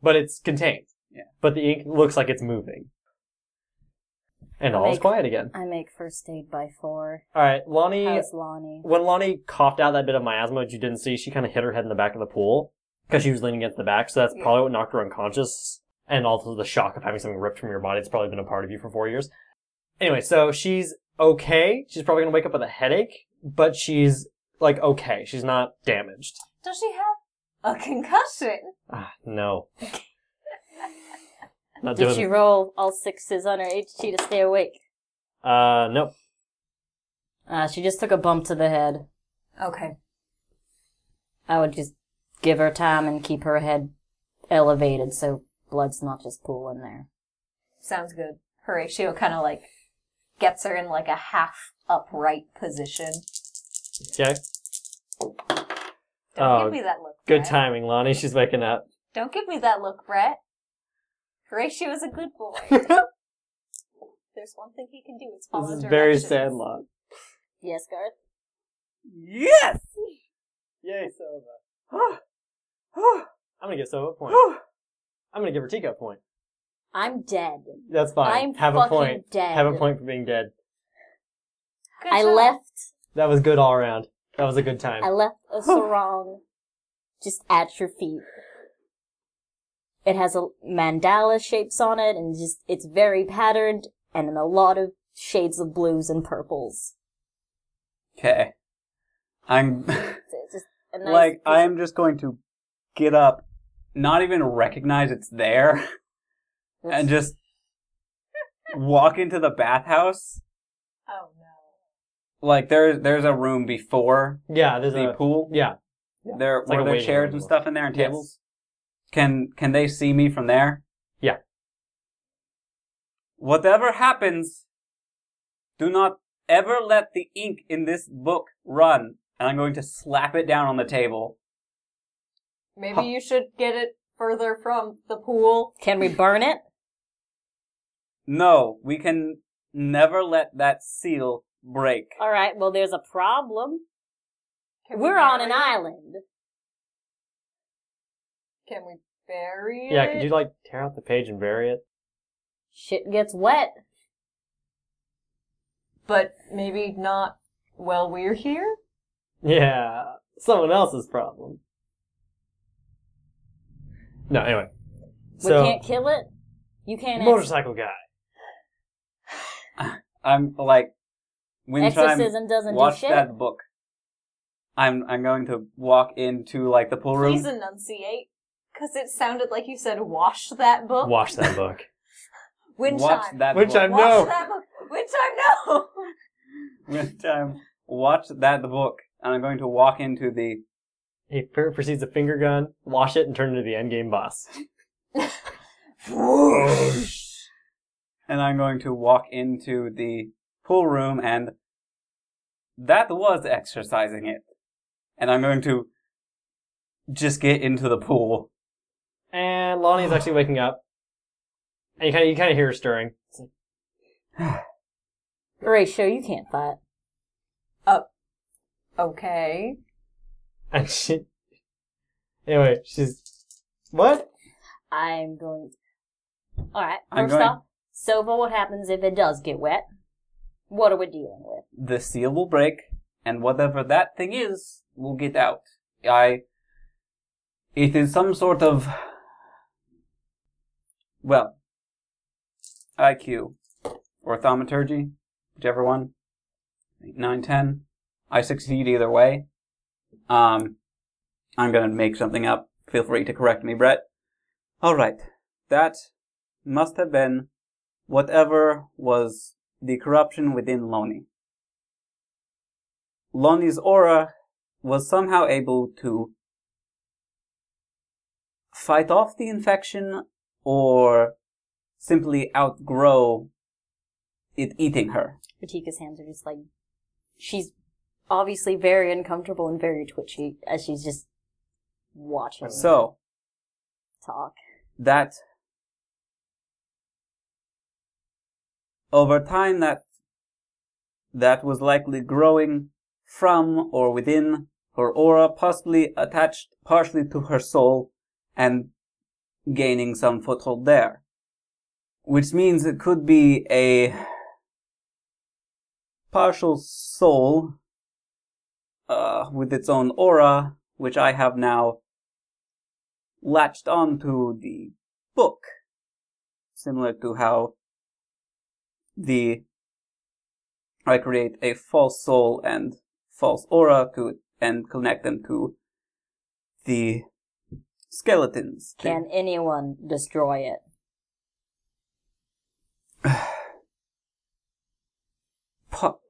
But it's contained.
Yeah.
But the ink looks like it's moving. And all is
Make-
quiet again.
I make first aid by four.
All right, Lonnie.
How's Lonnie?
When Lonnie coughed out that bit of miasma that you didn't see, she kind of hit her head in the back of the pool because she was leaning against the back. So that's
Yeah.
probably what knocked her unconscious, and also the shock of having something ripped from your body. It's probably been a part of you for four years. Anyway, so she's okay. She's probably gonna wake up with a headache, but she's like okay. She's not damaged.
Does she have a concussion?
Ah, no. not
Did
doing.
she roll all sixes on her HT to stay awake?
Uh, nope.
Uh, she just took a bump to the head.
Okay.
I would just give her time and keep her head elevated so blood's not just pooling there.
Sounds good. Horatio kind of like gets her in like a half upright position.
Okay.
Don't
Oh,
give me that look.
Good
Brett.
timing, Lonnie. She's waking up.
Don't give me that look, Brett. Horatio is a good boy. There's one thing he can do. It's follow
This is very
directions.
sad, Lon.
Yes, Garth?
Yes.
Yay, Sova. I'm gonna give Sova a point. I'm gonna give Ratika a point.
I'm dead.
That's fine.
I'm
Have a
fucking
point.
dead.
Have a point for being dead.
Good
I
job.
left
That was good all around. That was a good time.
I left a sarong just at your feet. It has a mandala shapes on it and just it's very patterned and in a lot of shades of blues and purples.
Okay. I'm
It's- it's just a nice
like
piece-
I'm just going to get up, not even recognize it's there, and just walk into the bathhouse.
Oh no.
Like there's there's a room before
yeah, there's
the
a
pool.
yeah.
There
It's like
were
a
there
waiting
chairs
room.
and stuff in there and
Yes.
tables. Can can they see me from there?
Yeah.
Whatever happens, do not ever let the ink in this book run. And I'm going to slap it down on the table.
Maybe
Huh.
you should get it further from the pool.
Can we burn it?
No, we can never let that seal break.
All right, well there's a problem.
Can we
We're on an
bury-
island.
Can we bury
Yeah,
it?
could you like tear out the page and bury it?
Shit gets wet.
But maybe not while we're here.
Yeah. Someone else's problem. No, anyway.
We
so
can't kill it. You can't ask-
motorcycle guy.
I'm like, when
Exorcism
time
doesn't do
watch
shit.
that book, I'm I'm going to walk into like the pool room.
Please enunciate, because it sounded like you said wash that book.
Watch that book.
Wind
watch
time.
that
Which
book.
I'm
Wash
no.
that book. Wind time, no!
When time Um, watch that book, and I'm going to walk into the
He pr- proceeds to finger gun, wash it, and turn into the end game boss.
and I'm going to walk into the pool room, and that was exercising it, and I'm going to just get into the pool.
And Lonnie's actually waking up, and you kind of you kind of hear her stirring. It's like,
Horatio, you can't fight.
Okay.
and she, anyway, she's what?
I'm going. To... All right.
I'm
First
going-
off, Sova, what happens if it does get wet? What are we dealing with?
the seal will break, and whatever that thing is will get out. I. It is some sort of. Well. IQ. Or thaumaturgy, whichever one. 8, 9, 10. I succeed either way. Um, I'm gonna make something up. Feel free to correct me, Brett. Alright. That must have been whatever was the corruption within Lonnie. Lonnie's aura was somehow able to fight off the infection or simply outgrow it eating her.
Ratika's hands are just like she's obviously very uncomfortable and very twitchy as she's just watching
So
talk.
that over time that that was likely growing from or within her aura, possibly attached partially to her soul and gaining some foothold there. Which means it could be a partial soul uh, with its own aura, which I have now latched onto the book, similar to how the I create a false soul and false aura to and connect them to the skeletons. the-
Can anyone destroy it?
po-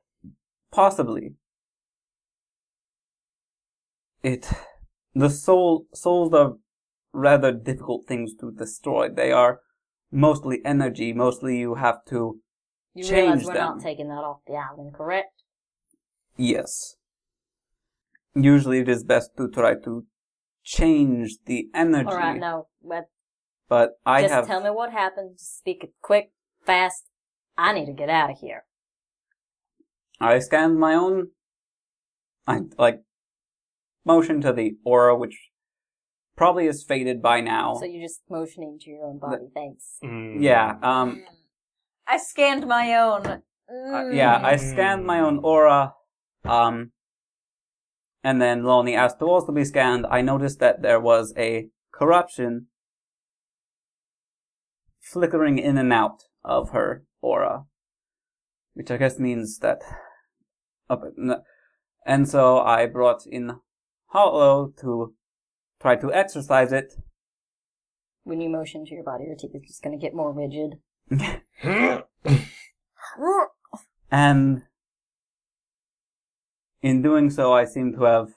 possibly it the soul souls are rather difficult things to destroy they are mostly energy mostly you have to
You
Change
realize we're
them.
not taking that off the island, correct?
yes usually it is best to try to change the energy
All right, no. But
but i
just
have
tell me what happened. Speak it quick, fast. I need to get out of here.
I scanned my own. I like motion to the aura, which probably is faded by now.
So you're just motioning to your own body. Thanks.
Mm.
yeah. Um.
I scanned my own. Mm.
uh, yeah. I scanned my own aura. Um. And then Lonnie asked to also be scanned. I noticed that there was a corruption flickering in and out of her aura, which I guess means that. up- n- And so I brought in Hollow to try to exercise it.
When you motion to your body, your teeth is just going to get more rigid.
And in doing so, I seem to have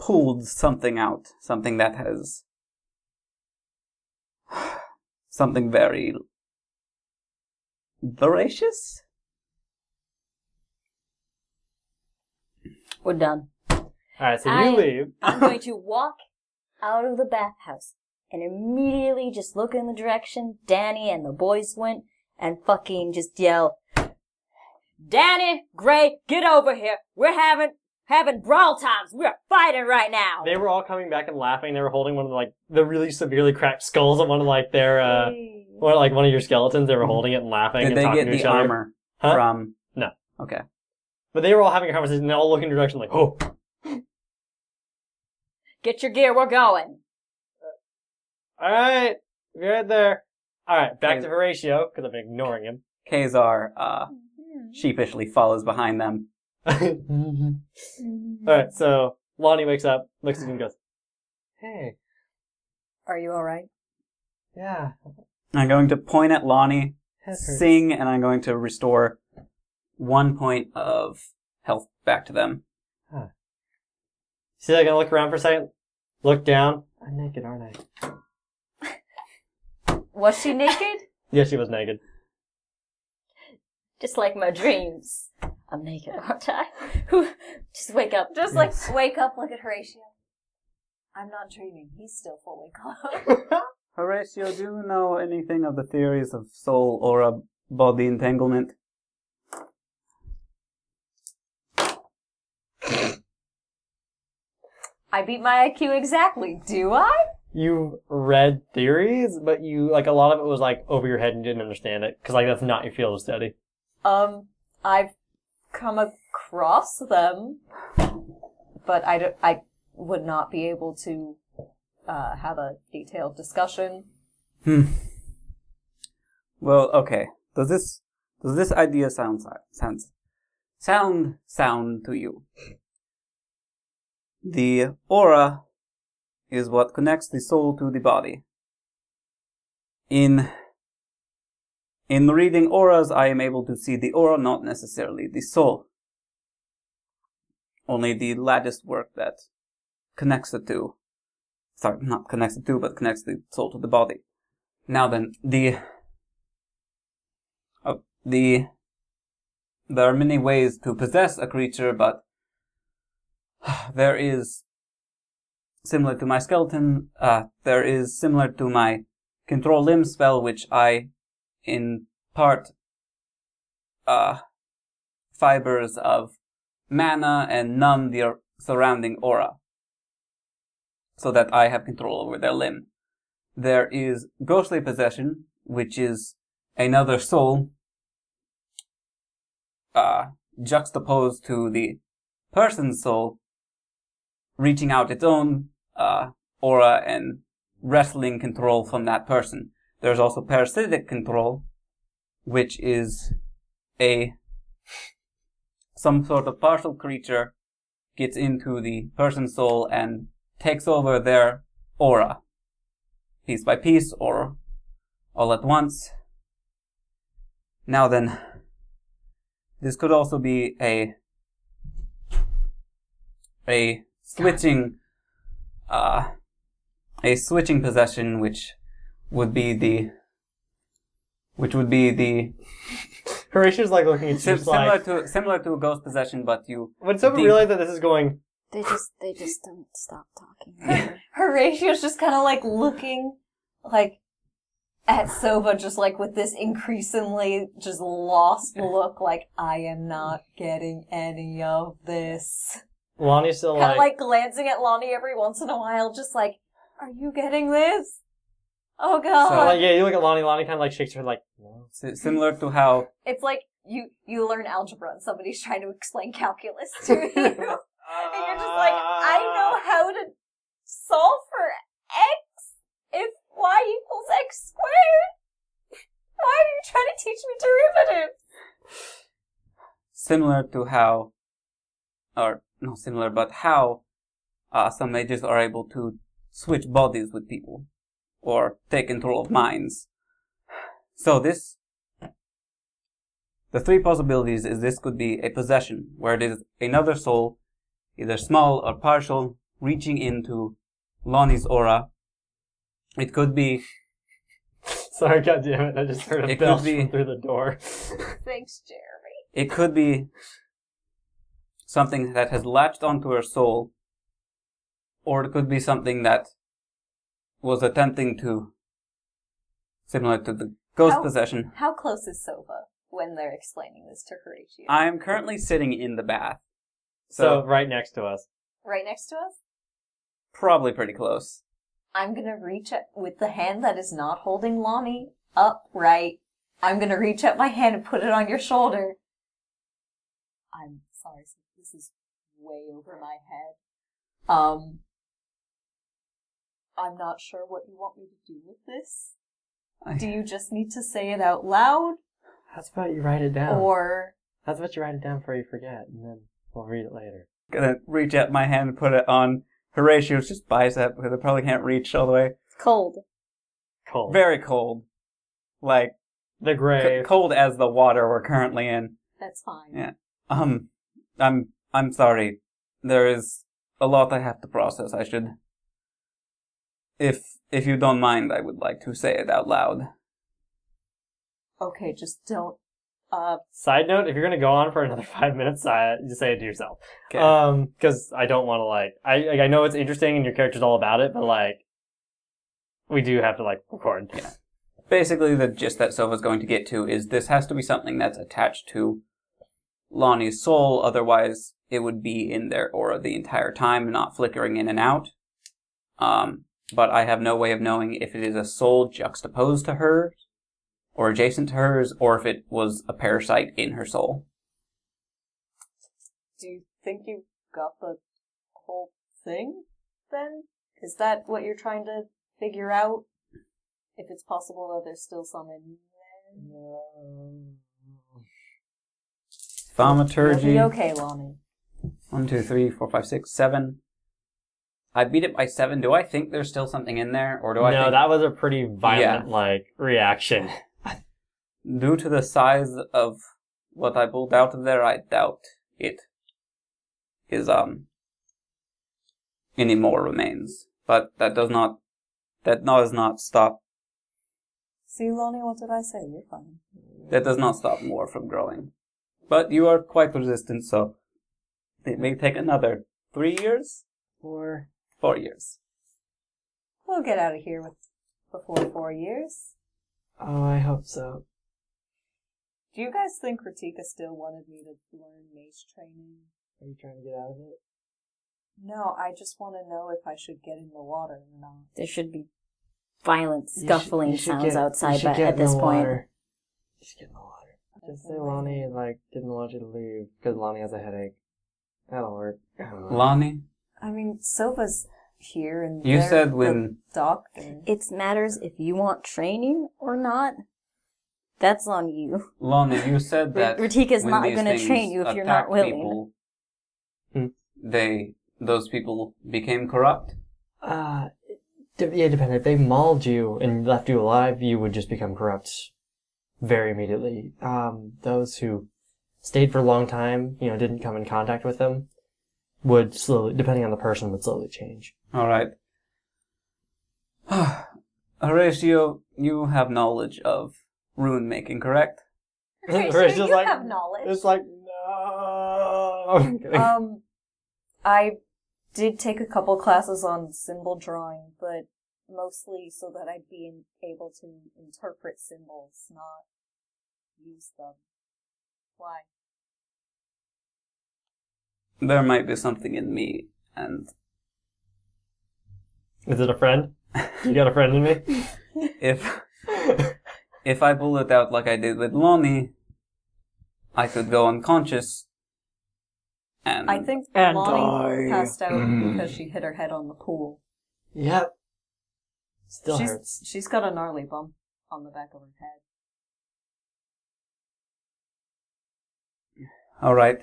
pulled something out, something that has something very voracious.
We're done.
All right, so you
I-
leave.
I'm going to walk out of the bathhouse and immediately just look in the direction Danny and the boys went and fucking just yell, Danny, Gray, get over here. We're having, having brawl times. We're fighting right now.
They were all coming back and laughing. They were holding one of the, like the really severely cracked skulls on one of like their uh, one like one of your skeletons. They were holding it and laughing
Did
and
they
talking
get
to each
the
other.
armor
Huh?
from?
No.
Okay.
But they were all having a conversation. and They all looking in your direction like, oh,
Get your gear. We're going.
all right, you're right there. All right, back
Okay.
to Horatio because I've been ignoring him.
Kazar uh,
Oh,
sheepishly follows behind them.
Mm-hmm.
All right, so Lonnie wakes up, looks at you, and goes, "Hey,
Are you alright?
yeah,
I'm going to point at Lonnie,
that hurts."
sing, and I'm going to restore one point of health back to them.
See, I'm gonna look around for a second. Look down. I'm naked, aren't I?
Was she naked?
Yeah, she was naked.
Just like my dreams. I'm naked, aren't I? Who? Just wake up.
Just like wake up, look at Horatio.
I'm not dreaming. He's still fully clothed.
Horatio, do you know anything of the theories of soul aura body entanglement?
I beat my IQ exactly. Do I?
You read theories, but you like a lot of it was like over your head and you didn't understand it because like that's not your field of study.
Um, I've come across them, but I, don't- I would not be able to uh, have a detailed discussion.
Well, okay. Does this does this idea sound si- sounds sound sound to you? The aura is what connects the soul to the body. In in reading auras, I am able to see the aura, not necessarily the soul. Only the lattice work that connects the two. Sorry, not connects the two, but connects the soul to the body. Now then, the uh, the there are many ways to possess a creature, but there is similar to my skeleton. Uh, there is similar to my control limb spell, which I, in part, uh, fibers of mana and numb the ar- surrounding aura, so that I have control over their limb. There is ghostly possession, which is another soul uh, juxtaposed to the person's soul reaching out its own uh, aura and wrestling control from that person. There's also parasitic control, which is a some sort of partial creature gets into the person's soul and takes over their aura, piece by piece or all at once. Now then, this could also be a a switching uh a switching possession which would be the which would be the
Horatio's like looking at you
sim-
just
similar
like.
to similar to a ghost possession but you
When someone
the-
realized that this is going,
They just, they just don't stop talking.
Horatio's just kind of like looking like at Sova, just like with this increasingly just lost look, like, I am not getting any of this.
Lonnie's still
Kind of
like,
like glancing at Lonnie every once in a while, just like, Are you getting this? Oh god.
So,
Oh, like, yeah, you look at Lonnie. Lonnie kind of like shakes her head like, no.
si- similar to how
it's like you you learn algebra and somebody's trying to explain calculus to you. and you're just like, I know how to solve for x if y equals x squared. Why are you trying to teach me derivatives?
similar to how, or not similar, but how uh, some mages are able to switch bodies with people or take control of minds. So this, the three possibilities is this could be a possession where it is another soul, either small or partial, reaching into Lonnie's aura. It could be
Sorry, God damn it! I just heard a
It
bell
could be-
from through the door.
Thanks, Jeremy.
It could be something that has latched onto her soul, or it could be something that was attempting to, similar to the ghost
How-
possession.
How close is Sova when they're explaining this to Horatio?
I am currently sitting in the bath,
So
so
right next to us.
right next to us?
probably pretty close.
I'm gonna reach up with the hand that is not holding Lonnie upright. I'm gonna reach up my hand and put it on your shoulder. I'm sorry, sir, this is way over my head. Um, I'm not sure what you want me to do with this.
I-
Do you just need to say it out loud?
That's about you write it down.
Or
That's about you write it down before you forget, and then we'll read it later.
Gonna reach out my hand and put it on Horatio's just bicep because I probably can't reach all the way.
It's cold.
Cold.
Very cold. Like,
the
c-
grave.
cold as the water we're currently in.
That's fine.
Yeah. Um, I'm, I'm sorry. There is a lot I have to process. I should, if, if you don't mind, I would like to say it out loud.
okay, just don't. Uh,
Side note: If you're gonna go on for another five minutes, I, just say it to yourself.
Okay.
Um, because I don't want to like I like, I know it's interesting and your character's all about it, but like we do have to like record.
basically the gist that Silva's going to get to is this has to be something that's attached to Lonnie's soul, otherwise it would be in their aura the entire time, not flickering in and out. Um, but I have no way of knowing if it is a soul juxtaposed to hers, or adjacent to hers, or if it was a parasite in her soul.
do you think you got the whole thing? Then is that what you're trying to figure out? If it's possible that there's still some in there. You'll
Thaumaturgy.
be okay, Lonnie.
One, two, three, four, five, six, seven. I beat it by seven. Do I think there's still something in there, or do I?
no,
think...
that was a pretty violent like reaction.
Due to the size of what I pulled out of there, I doubt it is um any more remains. But that does not that does not stop
See, Lonnie, what did I say? You're fine.
that does not stop more from growing. But you are quite resistant, so it may take another three years or four years.
We'll get out of here with before four years.
Oh, I hope so.
Do you guys think Ratika still wanted me to learn mace training?
Are you trying to get out of it?
No, I just want to know if I should get in the water or not.
There should be violent scuffling sounds outside but at this point.
Just get in the water. Just say Lonnie like didn't want you to leave because Lonnie has a headache. That'll work. I don't know.
Lonnie,
I mean, Silva's here and
you
they're
said
the
when
doctor.
It matters if you want training or not. That's on you.
Lonnie, you said
R-
that
Ratika's
when
not
these
going to
things
train you if you're
attacked
not willing.
people,
Hmm.
They those people became corrupt.
Uh, d- yeah, depending. If they mauled you and left you alive, you would just become corrupt very immediately. Um, those who stayed for a long time, you know, didn't come in contact with them, would slowly, depending on the person, would slowly change.
All right. Horatio, you have knowledge of rune making, correct?
Rachel's
you
like-
have knowledge.
It's like no. I'm kidding.
um, I did take a couple classes on symbol drawing, but mostly so that I'd be in, able to interpret symbols, not use them. Why?
There might be something in me, and
Is it a friend? You got a friend in me?
if if I pull it out like I did with Lonnie, I could go unconscious. And
I think
Mm. And
Lonnie
I-
passed out
Mm.
because she hit her head on the pool.
yep. Still
she's,
hurts.
She's got a gnarly bump on the back of her head.
All right.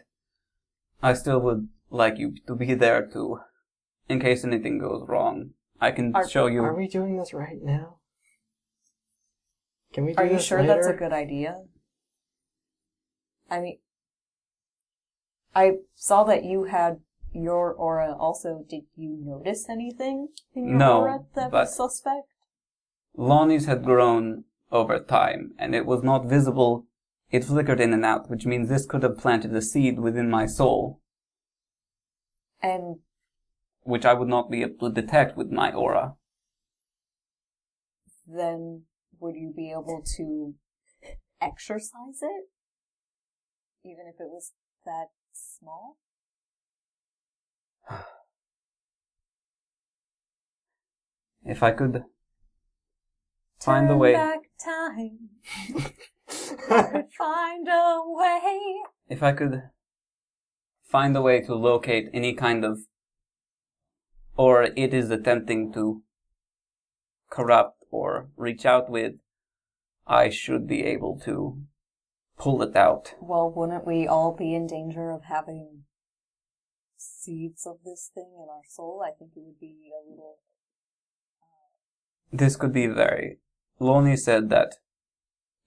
I still would like you to be there too, in case anything goes wrong. I can
Are-
show you.
Are we doing this right now? Can we? Do
Are you
this
sure
later?
that's a good idea? I mean, I saw that you had your aura also. Did you notice anything in your
No,
aura that
but-
was suspect?
Lonnie's had grown over time, and it was not visible. It flickered in and out, which means this could have planted a seed within my soul,
And
which I would not be able to detect with my aura.
then would you be able to exercise it? Even if it was that small?
If I could find a
Turn
way,
back time. Find a way.
if I could find a way to locate any kind of, or it is attempting to corrupt or reach out with, I should be able to pull it out.
Well, wouldn't we all be in danger of having seeds of this thing in our soul? I think it would be a little.
This could be very. Lonnie said that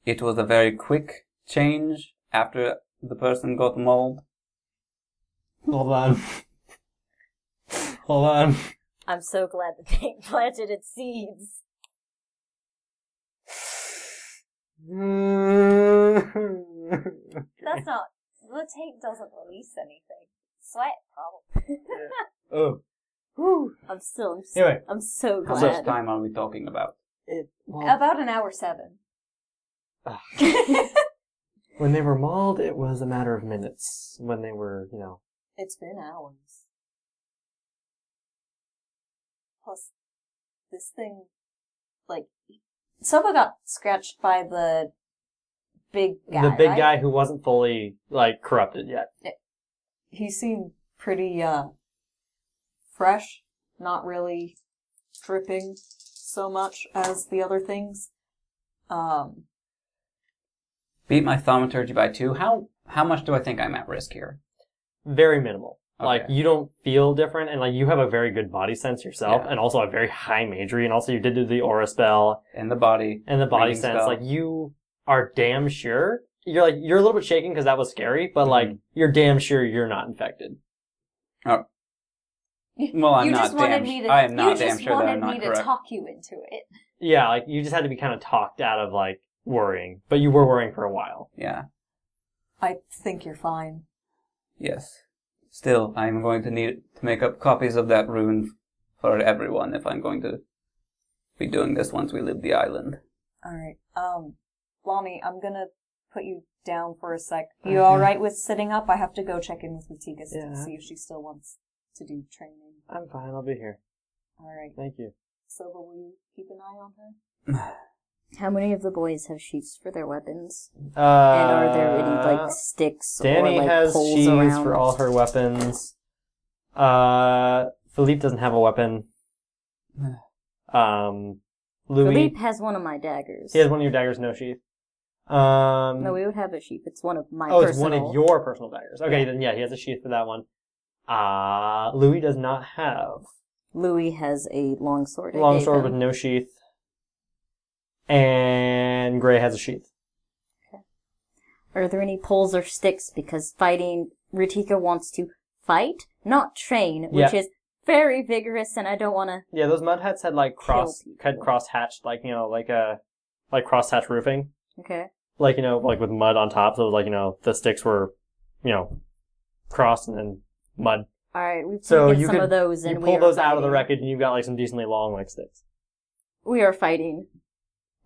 it was a very quick change after the person got mauled.
Hold on. Hold on.
I'm so glad that they planted its seeds.
That's not. The tape doesn't release anything. Sweat, probably.
oh. Whew.
I'm still, I'm so,
Anyway,
I'm so
How much
glad.
time are we talking about?
it, well,
About an hour seven.
when they were mauled, it was a matter of minutes. When they were, you know,
It's been hours. Plus, this thing, like, Soba got scratched by the big guy.
the big
right?
guy who wasn't fully like corrupted yet.
He seemed pretty uh fresh, not really dripping so much as the other things. Um,
Beat my thaumaturgy by two. How how much do I think I'm at risk here?
Very minimal. Like
Okay.
you don't feel different, and like you have a very good body sense yourself,
Yeah.
and also a very high majory, and also you did do the aura spell,
In the body.
and the body
Reading
sense
spell.
like you are damn sure you're like you're a little bit shaken because that was scary but like you're damn sure you're not infected
Well, I'm
you
not
just
damn.
wanted me to.
I am not
you
damn
just
sure that
wanted
I'm not
me
correct.
to talk you into it.
yeah like you just had to be kind of talked out of like worrying but you were worrying for a while
Yeah.
I think you're fine.
Yes. Still, I'm going to need to make up copies of that rune for everyone if I'm going to be doing this once we leave the island.
All right. Um, Lami, I'm gonna put you down for a sec. You all right with sitting up? I have to go check in with Matika
Yeah.
to see if she still wants to do training.
i'm fine i'll be here
All right.
thank you
Silva, will you keep an eye on her?
How many of the boys have sheaves for their weapons? and
uh,
are there any like sticks
danny
or like
has
poles
sheaves
around?
for all her weapons uh philippe doesn't have a weapon um louis
Philippe has one of my daggers.
he has one of your daggers no sheath um
No, we would have a sheath. It's one of my
oh, it's
personal.
one of your personal daggers. Okay, then yeah, he has a sheath for that one. Uh Louis does not have
Louis has a long sword. I
long
gave
sword
him.
with no sheath, and Gray has a sheath.
Are there any poles or sticks? Because fighting, Ritika wants to fight, not train, which
Yeah.
is very vigorous, and I don't want to.
Yeah, those mud hats had like cross
Kill people.
had cross hatched like you know like uh like cross hatch roofing
Okay.
like you know like with mud on top. So it was like you know the sticks were you know crossed and then mud.
All right, we've
So
taken
you
some
could-
of those, and
You
we
pull
are
those out of the
fighting.
wreckage, and you've got like some decently long like sticks.
We are fighting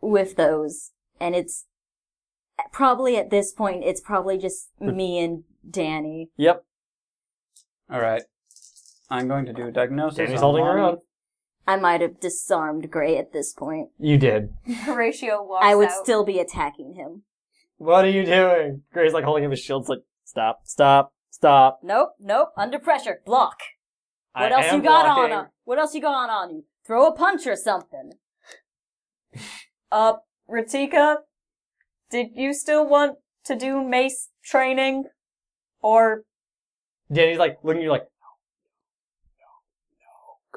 with those, and it's probably at this point it's probably just me and Danny.
Yep,
Alright. I'm going to do a diagnosis.
Danny's
on
holding her
Lonnie.
own.
I might have disarmed Gray at this point.
You did.
Horatio walks
I would
out.
still be attacking him.
What are you doing? Gray's like holding up his shield. It's like stop, stop, stop.
Nope, nope. Under pressure, block. What else you got on? What else you got on you? Throw a punch or something.
Uh, Ratika, did you still want to do mace training? Or,
Danny's like looking at you like,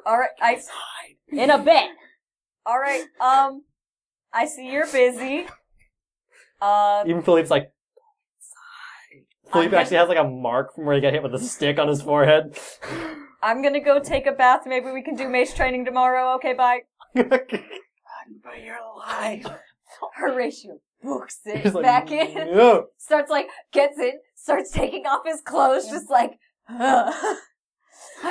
alright, I,
In a bit.
alright, um, I see you're busy. Uh,
even Philippe's like, Philippe
I'm
actually has like a mark from where he got hit with a stick on his forehead.
I'm gonna go take a bath. Maybe we can do mace training tomorrow. Okay, bye.
For your life.
Horatio books it
He's like,
back in.
No.
Starts like gets in. Starts taking off his clothes. Just like,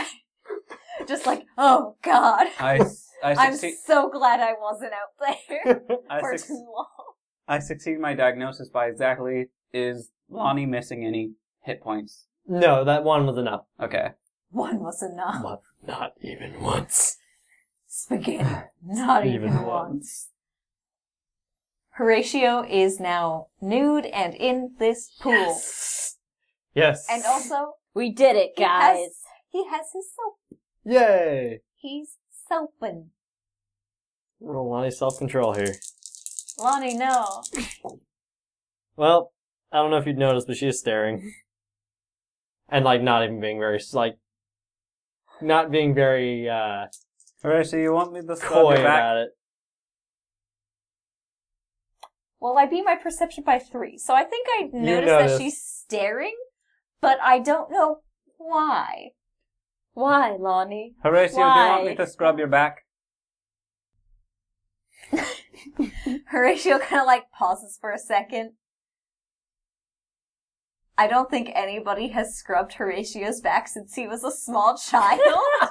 just like, oh god.
I, s- I
I'm
succeed,
so glad I wasn't out there
I,
for
suc-
too long.
I succeed my diagnosis by exactly is Lonnie missing any hit points?
No, that one was enough.
Okay.
One was enough.
But not even once.
Spaghetti. Not even,
Even
one.
Horatio is now nude and in this pool.
Yes.
And also,
We did it,
He has-
guys.
he has his soap.
Yay!
He's soaping.
Little Lonnie's self control here.
Lonnie, no.
Well, I don't know if you'd noticed, but she is staring. And, like, not even being very, like, not being very, uh,
Alright, so you want me
coy
to slap you back?
about it.
Well, I beat my perception by three, so I think I noticed
noticed.
that she's staring, but I don't know why.
Why, Lonnie?
Horatio, do you want me
Why?
to scrub your back?
Horatio kind of like pauses for a second. I don't think anybody has scrubbed Horatio's back since he was a small child.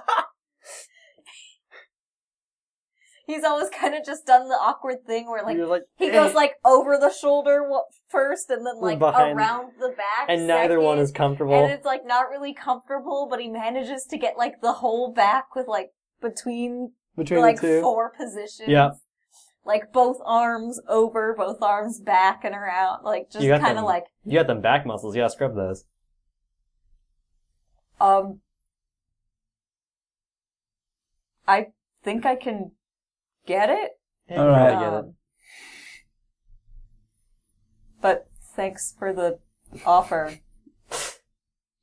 He's always kind of just done the awkward thing where like
You're like,
he
"Eh."
goes like over the shoulder wa- first and then like
Behind.
around the back.
and neither one
second.
is comfortable.
and it's like not really comfortable, but he manages to get like the whole back with like between,
between
like
the two.
four positions.
Yeah.
Like both arms over, both arms back and around, like just
You got
kind of
them.
like
You got them back muscles. You gotta scrub those.
um. I think I can get it,
Yeah,
All right.
I get it.
um, but thanks for the offer.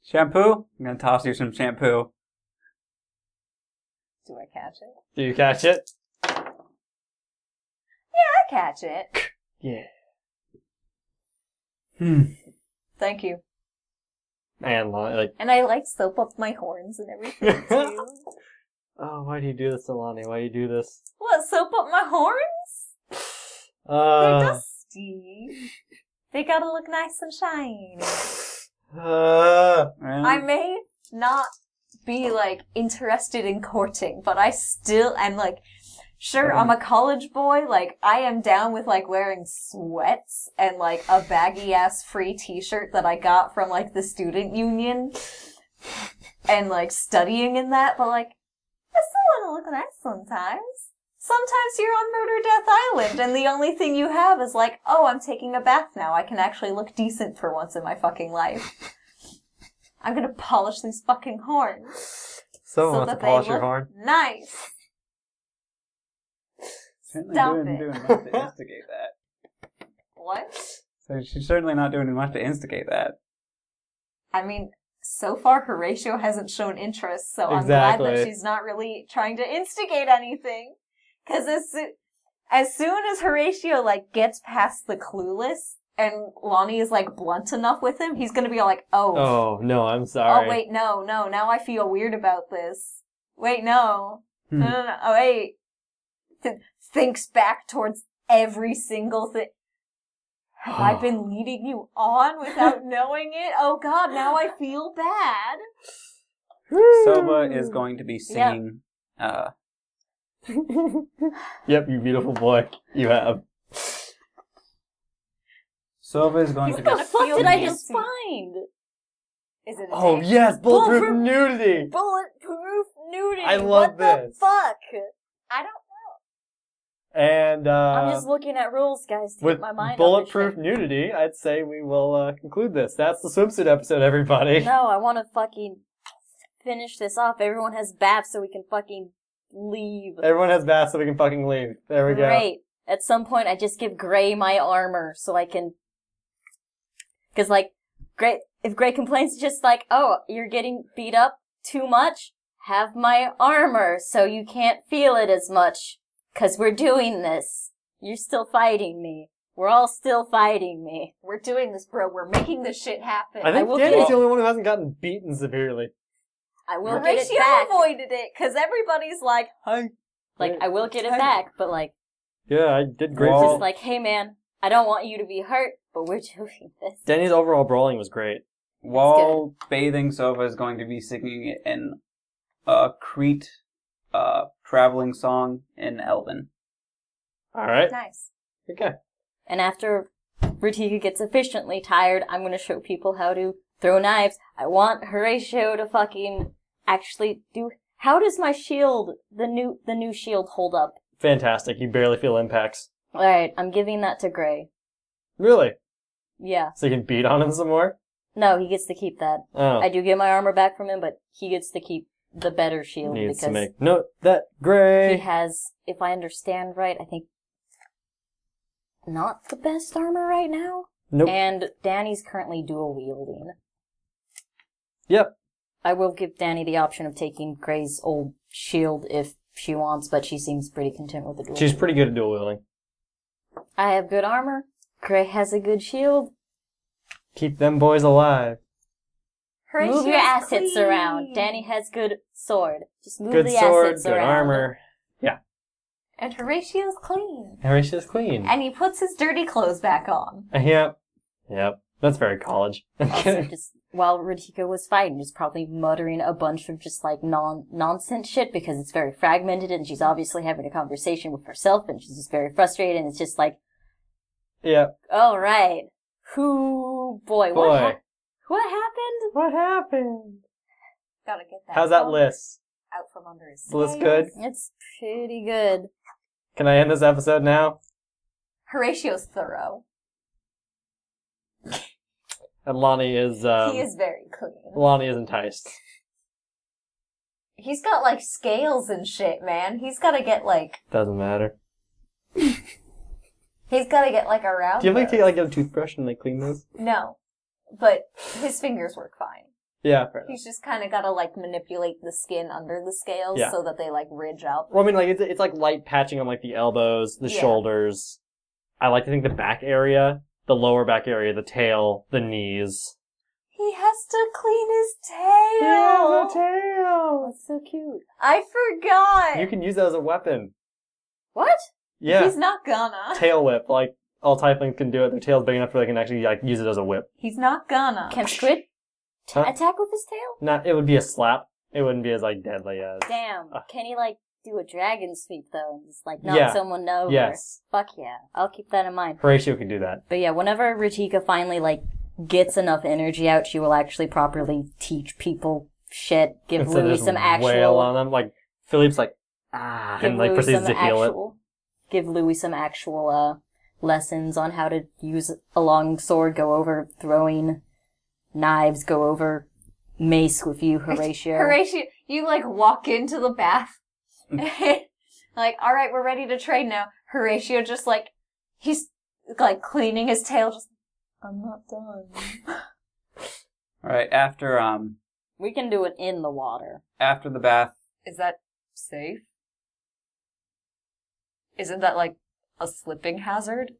Shampoo? I'm gonna toss you some shampoo.
Do I catch it?
Do you catch it?
I catch it.
Yeah.
Hmm.
Thank you.
And Lonnie, like,
And I like soap up my horns and everything too.
oh, why do you do this to Lonnie? Why do you do this?
What, soap up my horns? They're
Uh,
dusty. They gotta look nice and shiny.
uh,
Well,
I may not be like interested in courting, but I still am like, sure, I'm a college boy. Like, I am down with like wearing sweats and like a baggy ass free t shirt that I got from like the student union and like studying in that, but like, I still want to look nice sometimes. Sometimes you're on Murder Death Island, and the only thing you have is like, oh, I'm taking a bath now. I can actually look decent for once in my fucking life. I'm gonna polish these fucking horns.
someone
so
wants to
that
polish
they
your
look
horn.
Nice.
certainly
stop
doing,
it.
doing much to instigate that.
What?
So she's certainly not doing much to instigate that.
I mean, so far Horatio hasn't shown interest, so I'm glad
Exactly.
that she's not really trying to instigate anything. Cause as, soo- as soon as Horatio, like, gets past the clueless, and Lonnie is, like, blunt enough with him, he's gonna be all like, oh,
Oh no, I'm
oh,
sorry.
wait, no, no, now I feel weird about this. Wait, no.
Hmm.
No, no, no. Oh, wait. Th- thinks back towards every single thing. Have I been leading you on without knowing it? Oh god, now I feel bad.
Hmm.
Soba is going to be singing. Uh,
Yep, you beautiful boy. You have.
Sova is going
He's
to be.
What the fuck
feel
did I
nasty.
just find?
Is it a
Oh
dick?
yes, bulletproof,
Bulletproof-
nudity.
Bulletproof nudity.
I love
what the
this.
fuck?
I don't
And uh,
I'm just looking at rules, guys, to
with
get my mind off this
bulletproof nudity, I'd say we will uh, conclude this. That's the swimsuit episode, everybody.
shit. No, I want to fucking finish this off. Everyone has baths so we can fucking leave.
Everyone has baths, so we can fucking leave. There we go.
Great. At some point, I just give Gray my armor so I can. Because, like, Gray, if Gray complains, it's just like, oh, you're getting beat up too much, have my armor so you can't feel it as much. Because we're doing this. You're still fighting me. We're all still fighting me.
We're doing this, bro. We're making this shit happen.
I think
will
Danny's
get-
the only one who hasn't gotten beaten severely.
I will get it
Horatio
back.
avoided it because everybody's like,
Hi.
Like, I will get it back, but, like,
Yeah, I did great.
Well-
for
just like, hey, man, I don't want you to be hurt, but we're doing this.
Danny's overall brawling was great.
While bathing, Sova is going to be singing an uh, Crete uh, traveling song in Elven.
All right.
nice.
Okay.
And after Rutika gets efficiently tired, I'm gonna show people how to throw knives. I want Horatio to fucking actually do. How does my shield, the new the new shield, hold up?
Fantastic. You barely feel impacts.
All right, I'm giving that to Gray.
Really?
Yeah,
So you can beat on him some more?
no, he gets to keep that.
Oh.
I do get my armor back from him, but he gets to keep the better shield
Needs to
because
make note that
he
gray.
has, if I understand right, I think not the best armor right now.
Nope.
And Danny's currently dual wielding.
Yep.
I will give Danny the option of taking Gray's old shield if she wants, but she seems pretty content with the dual.
She's pretty good at dual wielding.
I have good armor. Gray has a good shield.
Keep them boys alive.
Her and
move
she
your
was
assets
clean.
around. Danny has good sword. Just move
Good
the
sword,
assets
good
around.
armor.
And Horatio's clean.
Horatius clean.
And he puts his dirty clothes back on.
Yep. Yep. That's very college.
Also, just while Radhika was fighting, just probably muttering a bunch of just like non nonsense shit because it's very fragmented and she's obviously having a conversation with herself and she's just very frustrated and it's just like,
yep.
all right, who boy,
Boy.
what hap- what happened?
What happened?
Gotta get that.
How's that
phone
list?
Out from under his
Is the list
scales.
good?
It's pretty good.
Can I end this episode now?
Horatio's thorough.
And Lonnie is, um,
he is very clean.
Lonnie is enticed.
He's got like scales and shit, man. He's gotta get like
Doesn't matter.
he's gotta get like around.
Do you have like
those.
take like a toothbrush and like clean those?
No. But his fingers work fine.
Yeah. Fair enough.
He's just kinda gotta like manipulate the skin under the scales
Yeah.
so that they like ridge out.
Well, I mean, like it's, it's like light patching on like the elbows, the
Yeah.
shoulders. I like to think the back area, the lower back area, the tail, the knees.
He has to clean his tail.
tail.
That's so cute.
I forgot.
You can use that as a weapon.
What?
Yeah,
He's not gonna.
tail whip. Like all tieflings can do it. Their tail's big enough where they can actually like use it as a whip.
He's not gonna.
Can Squid
Huh?
attack with his tail?
Not. It would be a slap. It wouldn't be as like deadly as.
Damn.
Uh.
Can he like do a dragon sweep though and just like knock
Yeah.
someone over?
Yes,
Fuck yeah. I'll keep that in mind.
Horatio can do that.
But yeah, whenever Ratika finally like gets enough energy out, she will actually properly teach people shit. Give
Instead of
Louis
just
some
wail
actual.
on them. Like Philippe's like ah,
Give
and like
Louis
proceeds
some
to heal it.
actual. Give Louis some actual uh, lessons on how to use a long sword. Go over throwing knives. Go over mace with you, Horatio.
Horatio, you like walk into the bath. like, all right, we're ready to trade now. Horatio just like, he's like cleaning his tail. Just, I'm not done.
All right, after um
we can do it in the water.
after the bath,
Is that safe? Isn't that like a slipping hazard?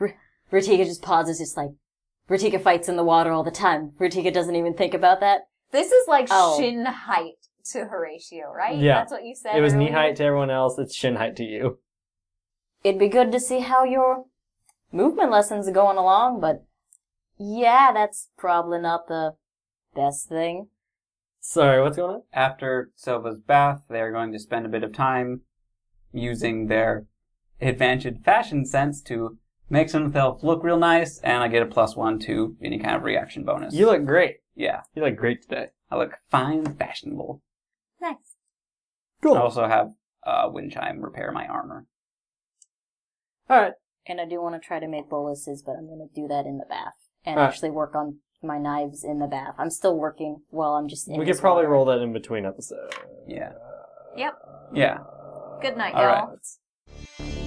Ratika just pauses, just like Ratika fights in the water all the time. Ratika doesn't even think about that.
This is like
Oh.
shin height to Horatio, right?
Yeah.
That's what you said.
It was knee
earlier?
height to everyone else. It's shin height to you.
it'd be good to see how your movement lessons are going along, but yeah, that's probably not the best thing.
Sorry, what's going on?
after Silva's bath, they're going to spend a bit of time using their advanced fashion sense to make themselves look real nice, and I get a plus one to any kind of reaction bonus.
You look great.
yeah,
You look great today.
I look fine, fashionable.
Nice.
Cool.
I also have uh, wind chime repair my armor.
All right.
And I do want to try to make boluses, but I'm going to do that in the bath and
Alright.
actually work on my knives in the bath. I'm still working while I'm just in
we
this
could probably
water.
roll that in between episodes.
Yeah,
Yep.
yeah.
Good night,
All
y'all.
right.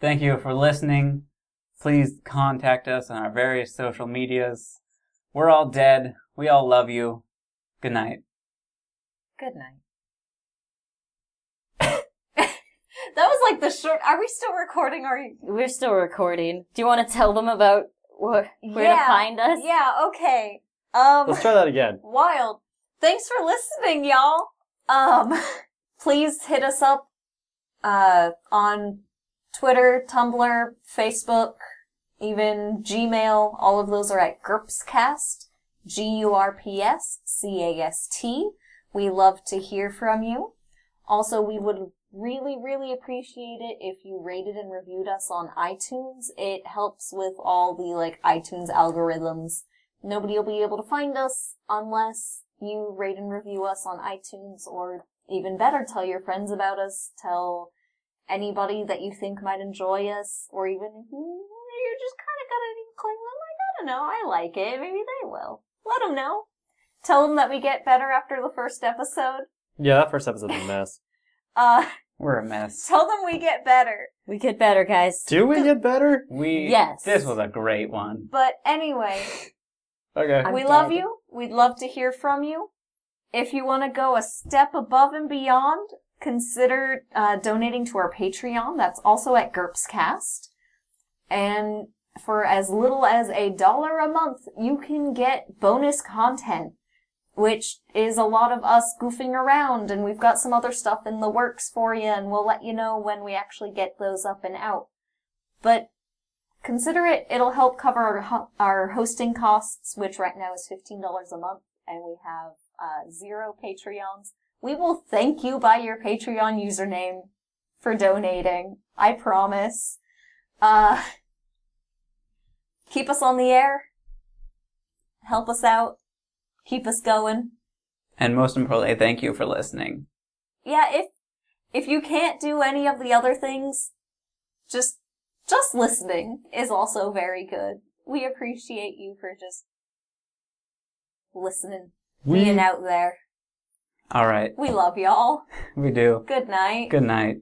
Thank you for listening. Please contact us on our various social medias. We're all dead. We all love you. Good night.
Good night.
That was like the short. Are we still recording? Are you?
We're still recording. Do you want to tell them about wh- where to
Yeah.
find us?
Yeah. Okay. Um.
Let's try that again.
wild. Thanks for listening, y'all. Um, please hit us up uh, on Twitter, Tumblr, Facebook, even Gmail. All of those are at GURPScast. G U R P S C A S T. We love to hear from you. Also, we would really, really appreciate it if you rated and reviewed us on iTunes. It helps with all the like iTunes algorithms nobody will be able to find us unless you rate and review us on iTunes or even better, tell your friends about us, tell anybody that you think might enjoy us, or even if you- you're just kind of got an inkling, I'm like, I don't know, I like it, maybe they will. Let them know. Tell them that we get better after the first episode.
Yeah, that first episode's a mess.
Uh,
We're a mess.
tell them we get better.
We get better, guys.
Do we get better?
We
Yes.
This was a great one.
But anyway,
Okay.
I'm
we love
dead.
you. We'd love to hear from you. If you want to go a step above and beyond, consider uh, donating to our Patreon. That's also at GURPSCast. And for as little as a dollar a month, you can get bonus content, which is a lot of us goofing around. And we've got some other stuff in the works for you, and we'll let you know when we actually get those up and out. But consider it. It'll help cover our, ho- our hosting costs, which right now is $15 a month, and we have uh, zero Patreons. We will thank you by your Patreon username for donating. I promise. Uh, keep us on the air. Help us out. Keep us going.
And most importantly, thank you for listening.
Yeah, if if you can't do any of the other things, just just listening is also very good. We appreciate you for just listening, being out there.
All right.
We love y'all.
We do.
Good night.
Good night.